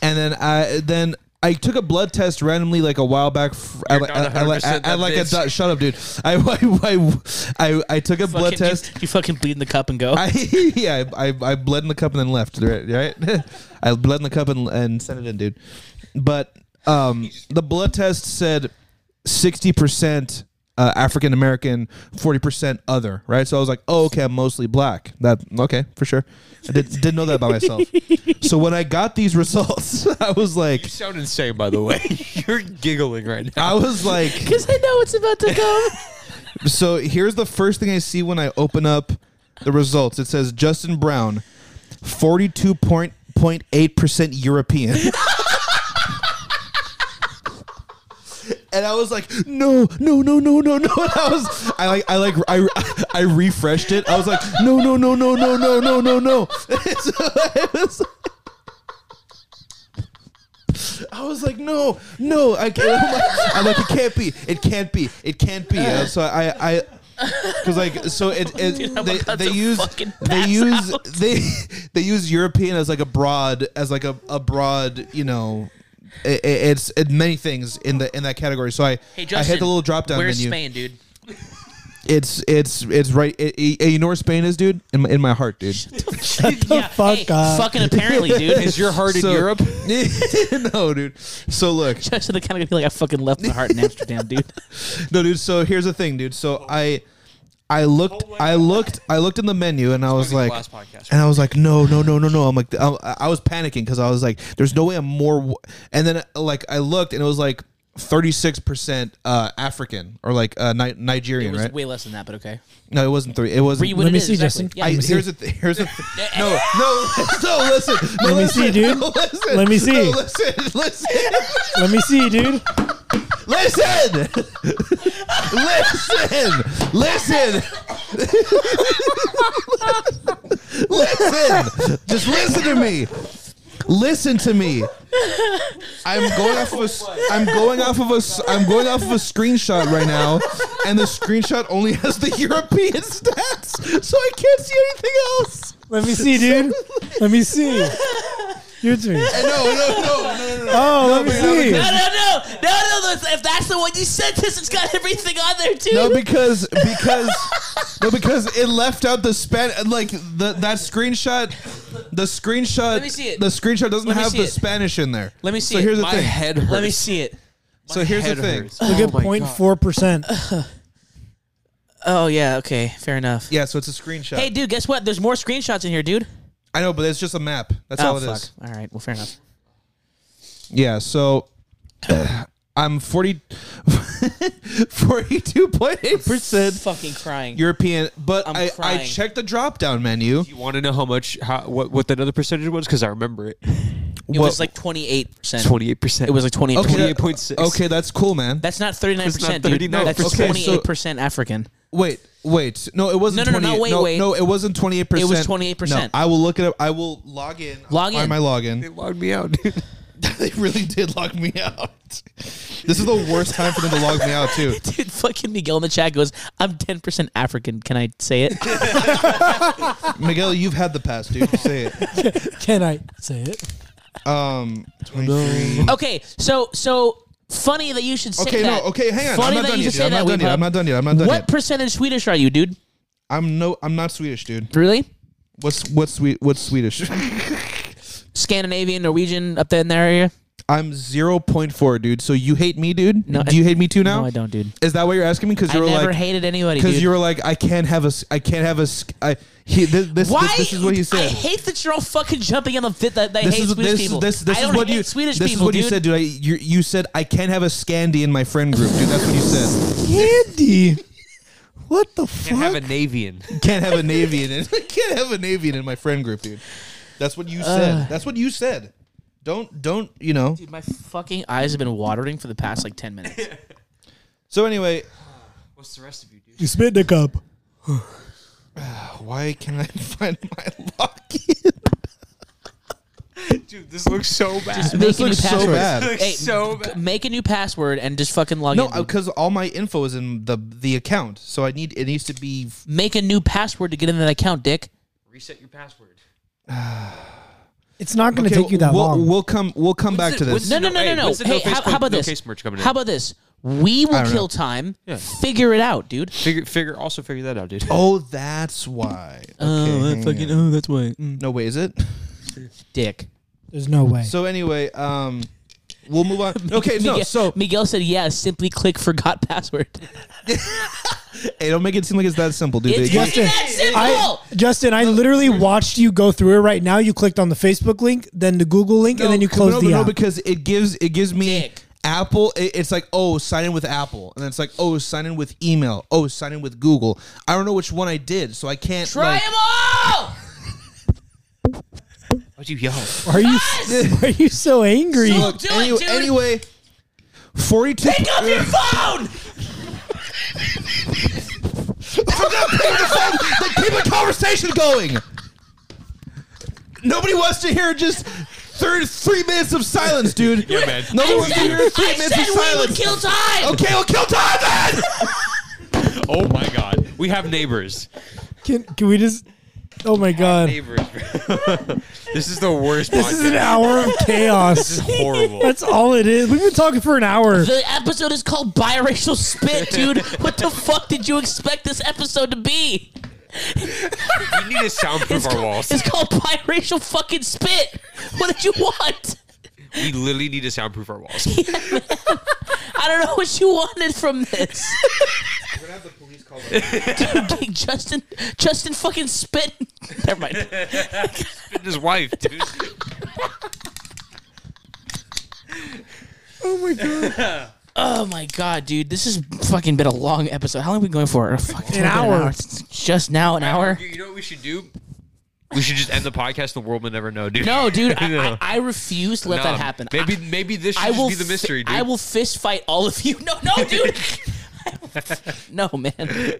B: and then I then I took a blood test randomly like a while back f- at,
D: You're
B: like-
D: not
B: at, like-
D: 100%
B: at, at
D: that
B: like a
D: bitch.
B: dot- shut up dude I I I, I, I took a blood
A: Fucking- you-
B: test
A: You, fucking bleed in the cup and go.
B: I yeah, I, I I bled in the cup and then left. Right, right? I bled in the cup and, and sent it in, dude. But um, the blood test said sixty percent uh, African American, forty percent other. Right, so I was like, oh, okay, I'm mostly black. That okay for sure. I did, didn't know that about myself. so when I got these results, I was like,
D: you sound insane, by the way. You're giggling right now.
B: I was like,
A: Because I know it's about to come.
B: So here's the first thing I see when I open up the results. It says Justin Brown, forty-two point point eight percent European. And I was like, no, no, no, no, no, no. And I was, I like, I like, I, I refreshed it. I was like, no, no, no, no, no, no, no, no, no. So I was, I was like, no, no, I can't. I'm like, I'm like, it can't be, it can't be, it can't be. Uh, so I, I, because like, so it, it
A: I'm
B: they,
A: about
B: they
A: to
B: use,
A: fucking
B: they
A: pass
B: use,
A: out.
B: they, they use European as like a broad, as like a, a broad, you know, it, it's it, many things in the in that category. So I, I hit the little drop down
A: Where's
B: menu.
A: Spain, dude?
B: It's it's it's right. It, it- you know where Spain is, dude? In my, in my heart, dude.
A: Shut
C: the fuck up.
A: Fucking apparently, dude.
D: Is your heart in
B: So-
D: Europe?
B: no, dude. So look,
A: Just the kind of feel like I fucking left my heart in Amsterdam, dude.
B: no, dude. So here's the thing, dude. So I, I looked, I looked, I looked in the menu, and I was like,
D: last podcast.
B: and I was like, no, no, no, no, no. I'm like, I, I was panicking because I was like, there's no way I'm more. w- And then uh, like I looked, and it was like 36 percent uh, African or like uh, Ni- Nigerian,
A: It was
B: right?
A: way less than that, but okay.
B: no, it wasn't three. It wasn't.
A: Read
C: Let
A: it
C: me
A: is,
C: see, Justin.
A: Yeah,
B: I,
C: Let me see.
B: here's a th- here's a th- no no no listen no,
C: Let me
B: listen,
C: see, dude.
B: no, listen,
C: Let me
B: no,
C: see.
B: listen listen
C: Let me see, dude.
B: Listen! Listen! Listen! listen! Just listen to me. Listen to me. I'm going off of a s- I'm going off of a s- I'm going off of a screenshot right now, and the screenshot only has the European stats, so I can't see anything else.
C: Let me see, dude. Let me see. Your turn.
B: No, no, no, no, no, no.
C: Oh, let me see.
A: No, no, no, no, no. that's- If that's the one you sent us, it's got everything on there too.
B: No, because because no, because it left out the span like the that screenshot. The screenshot. Let
A: me see it.
B: The screenshot doesn't
A: Let me
B: have
A: see
B: the
A: it.
B: Spanish in there.
A: Let me see
B: So
A: it.
B: here's the
D: My
B: thing.
D: head hurts.
A: Let me see it.
B: so here's the
D: head
B: thing.
D: hurts.
C: Look at
B: Oh
D: my
C: 0.4%.
A: Oh yeah, okay, fair enough.
B: Yeah, so it's a screenshot.
A: Hey, dude, guess what? There's more screenshots in here, dude.
B: I know, but it's just a map. That's all
A: oh
B: it is.
A: fuck. All right, well, fair enough.
B: Yeah. So. I'm 40, 42.8%
A: Fucking crying.
B: European, but
A: I'm
B: I, I
A: crying.
B: checked the drop down menu.
E: You want to know how much, how, what, what that other percentage was? Because I remember it.
A: it
B: What-
A: was like 28. percent
E: 28%.
A: It was like 28.
B: Okay, that-
E: 28.6.
B: Okay, that's cool, man.
A: That's not 39 percent, dude.
E: 39%.
A: That's
B: Okay, so-
A: 28 percent African.
B: Wait, wait. No, it wasn't.
A: No, no, no,
B: 28,
A: no, wait,
B: no,
A: wait.
B: no, it wasn't twenty eight percent.
A: It was 28%.
B: I will look it up. I will log in. I'll
A: Log
B: find
A: in.
B: my login.
E: It logged me out, dude.
B: they really did log me out. This is the worst time for them to log me out too.
A: Dude, fucking Miguel in the chat goes, "I'm 10 percent African." Can I say it?
B: Miguel, you've had the pass, dude. Say it.
C: Can I say it?
B: Um, twenty three.
A: okay, so so funny that you should say
B: Okay,
A: that.
B: no, okay, hang on.
A: Funny
B: I'm not
A: that
B: done
A: you
B: yet.
A: should
B: dude.
A: say that. Weepub.
B: I'm not done yet. I'm not done yet. I'm not done
A: what
B: yet.
A: percentage Swedish are you, dude?
B: I'm no. I'm not Swedish, dude.
A: Really?
B: What's what's sweet? What's Swedish?
A: Scandinavian, Norwegian, up there in that area?
B: I'm zero point four, dude. So you hate me, dude?
A: No,
B: Do you hate me too now?
A: No, I don't, dude.
B: Is that what you're asking me? Because
A: I
B: you're
A: never
B: like,
A: hated anybody,
B: Because
A: dude.
B: you were like, I can't have a, s- I can't have a, s- I, he, this, this,
A: Why?
B: this, this is what he
A: I
B: said.
A: hate that you're all fucking jumping on the fit that they
B: This
A: hate
B: is
A: Swedish
B: this,
A: people.
B: this, this
A: I
B: is
A: don't
B: what
A: hate
B: you
A: Swedish
B: this
A: people,
B: is what
A: dude.
B: you said, dude. I, you, you said I can't have a Scandi in my friend group, dude. That's what you said.
C: Andy. What the
E: Can't have
C: fuck?
E: a Navian.
B: can't have a
C: Uh.
B: Navy in it. can't have a Navy in my friend group, dude. That's what you said. That's what you said. Don't don't you know?
A: Dude, my fucking eyes have been watering for the past like ten minutes.
B: So anyway,
D: What's the rest of you, dude?
C: You spit in a cup.
B: why can I find my locket?
D: Dude, this looks so bad.
A: Just make
B: this
A: a new
B: looks so
A: password.
B: bad.
D: looks
A: Hey,
D: so
A: g-
D: bad.
A: make a new password and just fucking log
B: No,
A: in. dude.
B: because all my info is in the the account, so I need it needs to be. f-
A: Make a new password to get in that account, Dick.
D: Reset your password.
C: It's not going to
B: Okay,
C: take you that
B: we'll,
C: long.
B: We'll come. We'll come back
D: it-
B: to
D: what's
B: this.
D: it-
A: No, no, no,
D: No,
A: no,
D: hey,
A: no.
D: what's the
A: Hey,
D: no
A: how,
D: face-
A: how about
D: no
A: this?
D: case merch coming in?
A: How about this? We will
B: don't know.
A: kill time. Figure it out, dude.
D: Figure, figure, also figure that out, dude.
B: Oh, that's why. Okay, hang on.
A: oh, that's why.
B: No way, is it?
A: Dick.
C: There's no way.
B: So anyway, um, we'll move on. Okay, no.
A: Miguel,
B: So
A: Miguel said yes. Simply click forgot password.
B: hey, don't make it seem like it's that simple, dude.
A: It's
B: They-
A: fucking that
C: I,
A: simple.
C: Justin, I literally watched you go through it right now. You clicked on the Facebook link, then the Google link, and then you
B: No,
C: closed
B: no,
C: the
B: no,
C: app.
B: because it gives it gives me
A: Dick.
B: Apple. it- it's like oh, sign in with Apple, and then it's like oh, sign in with email. Oh, sign in with Google. I don't know which one I did, so I can't.
A: Try
B: like-
A: them all.
D: Why'd you yell?
C: are you why are you so angry?
A: So-
B: Look,
A: Do it,
B: anyway,
A: dude.
B: anyway, forty-two.
A: Pick up your phone.
B: Like, keep a conversation going. Nobody wants to hear just thir three minutes of silence, dude.
D: Yeah, man.
B: Nobody
A: I
B: wants to hear
A: said,
B: three
A: I
B: minutes
A: said
B: of
A: we would
B: silence.
A: kill time.
B: okay, well, kill time then.
D: Oh my god. We have neighbors.
C: Can can we just? Oh my god,
D: Neighbors. this is the worst
C: this is an hour of chaos.
D: Horrible.
C: That's all it is. We've been talking for an hour.
A: The episode is called Biracial Spit, dude. what the fuck did you expect this episode to be?
D: we need to soundproof our walls.
A: It's called Biracial Fucking Spit. What did you want?
D: We literally need to soundproof our walls.
A: I don't know what you wanted from this.
B: We're gonna have the police call.
A: Dude, Justin, Justin fucking spit. Never mind.
D: And his wife, dude.
A: Oh my god, dude, this has fucking been a long episode. How long have we been going for? A fucking-
C: An hour.
A: It's Just now, an hour.
D: You, you know what we should do? We should just end the podcast. The world will never know, dude.
A: No, dude, I,
D: No.
A: I, I refuse to let
D: Nah,
A: that happen.
D: Maybe,
A: I,
D: maybe this should
A: I
D: just
A: will
D: be the
A: fi-
D: mystery, dude.
A: I will fist fight all of you. No, no, dude. no, man.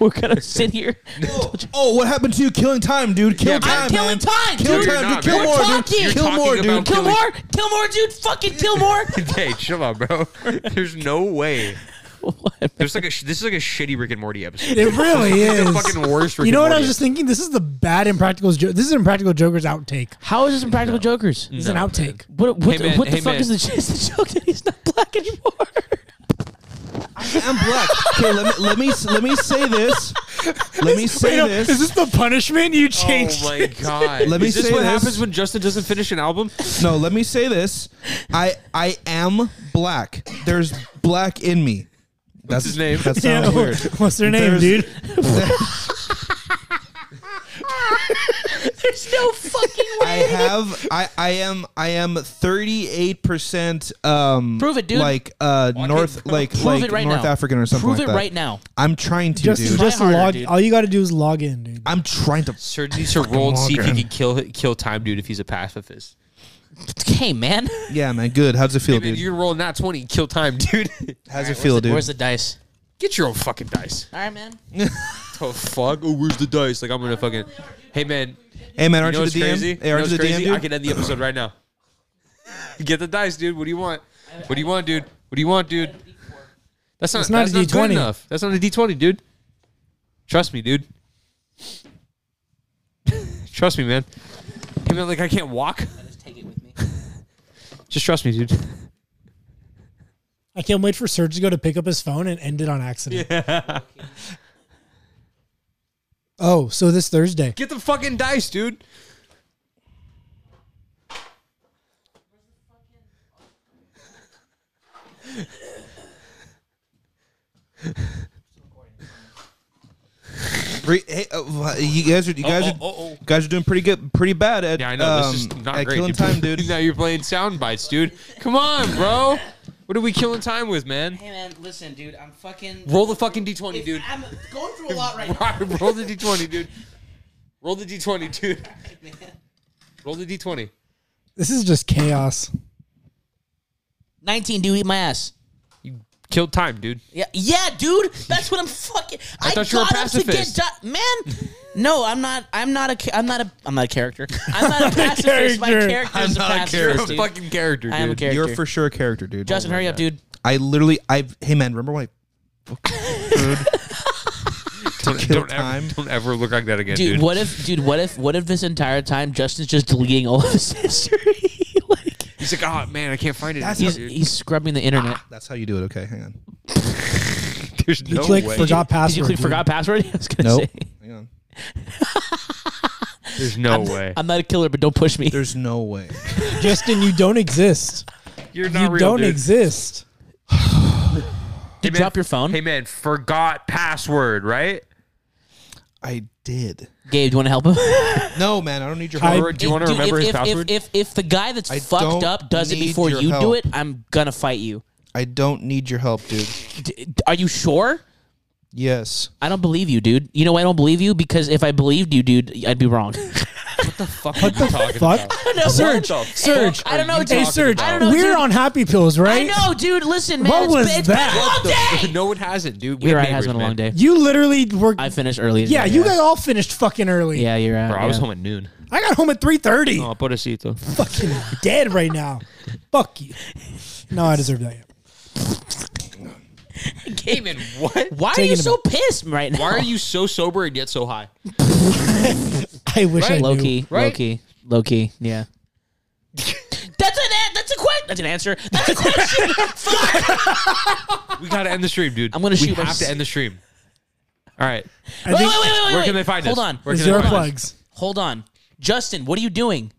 A: We're gonna sit here.
B: Oh, what happened to you killing time, dude? Kill
D: Yeah, man.
B: time,
A: I'm killing
B: man.
A: time,
B: Kill
A: dude.
D: you're
B: time,
D: not,
B: dude. Kill
D: man.
B: more,
A: We're
B: dude.
A: talking- You're
B: Kill
D: talking
B: more, dude.
D: about
A: Kill
D: killing-
A: more, kill more, dude. Fucking kill more.
D: hey, chill out, bro. There's no way. There's like a. sh- This is like a shitty Rick and Morty episode.
C: It really
D: the
C: is.
D: fucking worst. Rick
C: You know
D: and
C: what I
D: Morty
C: was just thinking? This is the bad Impractical jo- This is Impractical Joker's outtake.
A: How is this Impractical Jokers?
C: This is an outtake.
A: What, what,
D: Hey, man,
A: what the
D: hey,
A: fuck
D: man.
A: is the, is the joke that he's not black anymore?
B: I'm black. Okay, let me let me let me say this. Let me say
C: Wait, no,
B: this.
C: is this the punishment you
D: episode.
C: changed?
D: Oh my god!
B: Let me
D: is this
B: say
D: what
B: this.
D: happens when Justin doesn't finish an album?
B: No, let me say this. I I am black. There's black in me. That's
D: his name?
B: That
C: Yeah,
B: sounds weird.
C: What's their name,
B: There's-
C: dude?
A: There's no fucking
B: I have I I am I am 38% um
A: Prove it, dude.
B: like uh north like
A: Prove
B: like
A: it right
B: North
A: now.
B: African or something
A: Prove
B: like
A: it
B: that.
A: right now.
B: I'm trying to
C: Just,
B: dude.
A: Try
C: just
A: harder,
C: log.
A: dude.
C: All you got to do is log in, dude.
B: I'm trying to
D: Sir needs to roll and see if
B: Morgan.
D: he can kill kill time, dude. If he's a pacifist,
A: Hey, man.
B: Yeah, man. Good. How's it feel,
D: Hey, man,
B: dude?
D: you're rolling not twenty, kill time, dude.
B: How's it feel, dude?
A: Where's the dice?
D: Get your own fucking dice.
A: All right, man.
D: The fuck? Oh, where's the dice? Like I'm gonna fucking. Hey man,
B: Hey man,
D: you
B: aren't
D: know
B: you
D: what's
B: the DM?
D: crazy?
B: Hey,
D: You know
B: aren't
D: what's
B: you the
D: crazy? I
B: DM,
D: can
B: dude?
D: end the episode right now. Get the dice, dude. What do you want? What do you want, dude? What do you want, dude? That's not,
C: It's not
D: that's
C: a
D: not good
C: D20.
D: enough. That's not a D20, dude. Trust me, dude. trust me, man. Hey, man, like I can't walk.
A: Just take it with me.
D: Just trust me, dude.
C: I can't wait for Serge to go to pick up his phone and end it on accident. oh, so this Thursday.
D: Get the fucking dice, dude.
B: Re- hey, uh, wha- you guys are you guys are
D: oh, oh.
B: you guys are doing pretty good, pretty bad at
D: Yeah, I know.
B: um,
D: this is not
B: at
D: great.
B: killing
D: dude.
B: time, dude.
D: now you're playing sound bites, dude. Come on, bro. What are we killing time with, man?
A: Hey, man. Listen, dude. I'm fucking.
D: Roll the fucking d20, dude.
A: I'm going through a lot right
D: Roll the d20, dude. Roll the d20, dude. Roll the d20.
C: This is just chaos.
A: 19, dude, eat my ass.
D: You killed time, dude.
A: Yeah, yeah, dude. That's what I'm fucking. I,
D: thought you were a
A: got up to get
D: pacifist.
A: di- man. No, I'm not. I'm not a. ca- I'm not a. I'm not a character. I'm not a pacifist. My
C: character.
A: character is a pacifist. dude.
D: fucking character, dude.
A: I am a character.
B: You're for sure a character, dude.
A: Justin, hurry up, dude.
B: I literally, I hey man, remember when
D: Don't,
B: kill
D: don't
B: time.
D: Ever, don't ever look like that again,
A: Dude,
D: dude.
A: what if, dude, what if, what if this entire time Justin's just deleting all of his history? like
D: He's like, oh man, I can't find it.
B: That's-
A: he's,
D: dude. Ah.
A: he's scrubbing the internet.
B: I? That's how you do it. Okay, hang on,
D: There's no
C: You click
D: way.
C: forgot
A: Did you
C: password.
A: click
C: dude.
A: forgot password? I was gonna
B: Nope.
A: say.
B: hang on.
D: There's no way.
A: I'm not a killer, but don't push me.
B: There's no way.
C: Justin, you don't exist.
D: You're not
C: You
D: real,
C: don't
D: dude.
C: exist.
D: Hey,
A: Did you drop your phone?
D: Hey man, forgot password, right?
B: I did.
A: Gabe, do you want to help him?
B: No, man, I don't need your
C: I-
B: help.
D: Do you want to
A: Dude,
D: remember
A: if,
D: his
A: if,
D: password?
A: If, if, if the guy that's
B: I
A: fucked
B: don't
A: up does it
B: need
A: before
B: your
A: you do
B: help.
A: it, I'm gonna fight you.
B: I don't need your help, dude.
A: D- are you sure?
B: Yes.
A: I don't believe you, dude. You know why I don't believe you? Because if I believed you, dude, I'd be wrong.
D: fuck what the fuck?
C: Fuck. Serge, Serge.
A: I don't know, dude.
C: Hey, Serge,
A: I don't know,
C: we're
A: dude.
C: on happy pills,
A: I
C: right?
A: know, dude. Listen, man.
C: What
A: it's
C: was
A: been, it's
C: that?
A: been a long day.
D: No one hasn't, dude. We
A: You're
D: have
A: right. It has
D: neighbors,
A: been a
D: man.
A: long day.
C: You literally were.
A: I finished early. as
C: yeah,
A: well,
C: you guys all finished fucking early.
A: Yeah, you're right.
D: Bro, I was
A: yeah.
D: home at noon.
C: I got home at three thirty.
D: Oh, pobrecito.
C: Fucking dead right now. Fuck you. No, I deserve that.
D: Damon, what?
A: Why are
C: Taking
A: you
C: a-
A: so pissed right now?
D: Why are you so sober and yet so high?
C: I wish I knew.
A: low key? Low
D: right?
A: key. Low key. Yeah. that's an a- that's a question. That's an answer. That's a question. Fuck.
D: We gotta end the stream, dude.
A: I'm gonna shoot
D: We have
A: myself.
D: to end the stream. All right.
C: I
A: Wait, wait,
C: think-
A: wait, wait, wait.
D: Where can
A: wait.
D: they find
A: Hold
D: us?
A: on.
D: Where can
C: Is
D: they
C: there
D: find us?
C: plugs?
A: Hold on. Justin, what are you doing?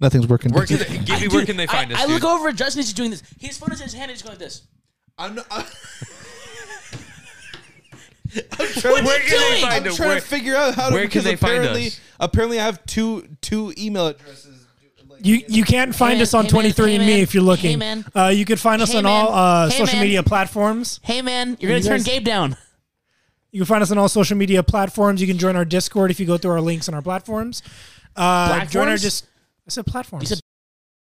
B: Nothing's working.
D: Where can they, Gibby, where
A: Dude,
D: can they
A: I-
D: find us?
A: I look
D: dude?
A: over at Justin. He's doing this. His phone is in his hand. And he's going like this.
B: I'm, not- I'm
A: What are
D: where
A: you
D: can they
A: doing?
D: find- I
B: I'm
D: know,
B: trying
D: where-
B: to figure out how to.
D: where can
B: because
D: they find
B: apparently,
D: us?
B: Apparently, I have two two email addresses. Like,
C: You you can't find
A: man,
C: us on
A: hey, man,
C: Twenty Three
A: hey,
C: and
A: man,
C: Me if you're
A: hey,
C: looking.
A: man.
C: Uh, you can find us
A: Hey,
C: on
A: man.
C: all uh,
A: Hey,
C: social
A: man.
C: media platforms.
A: Hey man, you're gonna
C: You
A: turn
C: guys-
A: Gabe down.
C: You can find us on all social media platforms. You can join our Discord if you go through our links on our platforms. Uh, Join our
A: Platforms?
C: dis- I said platforms.
A: said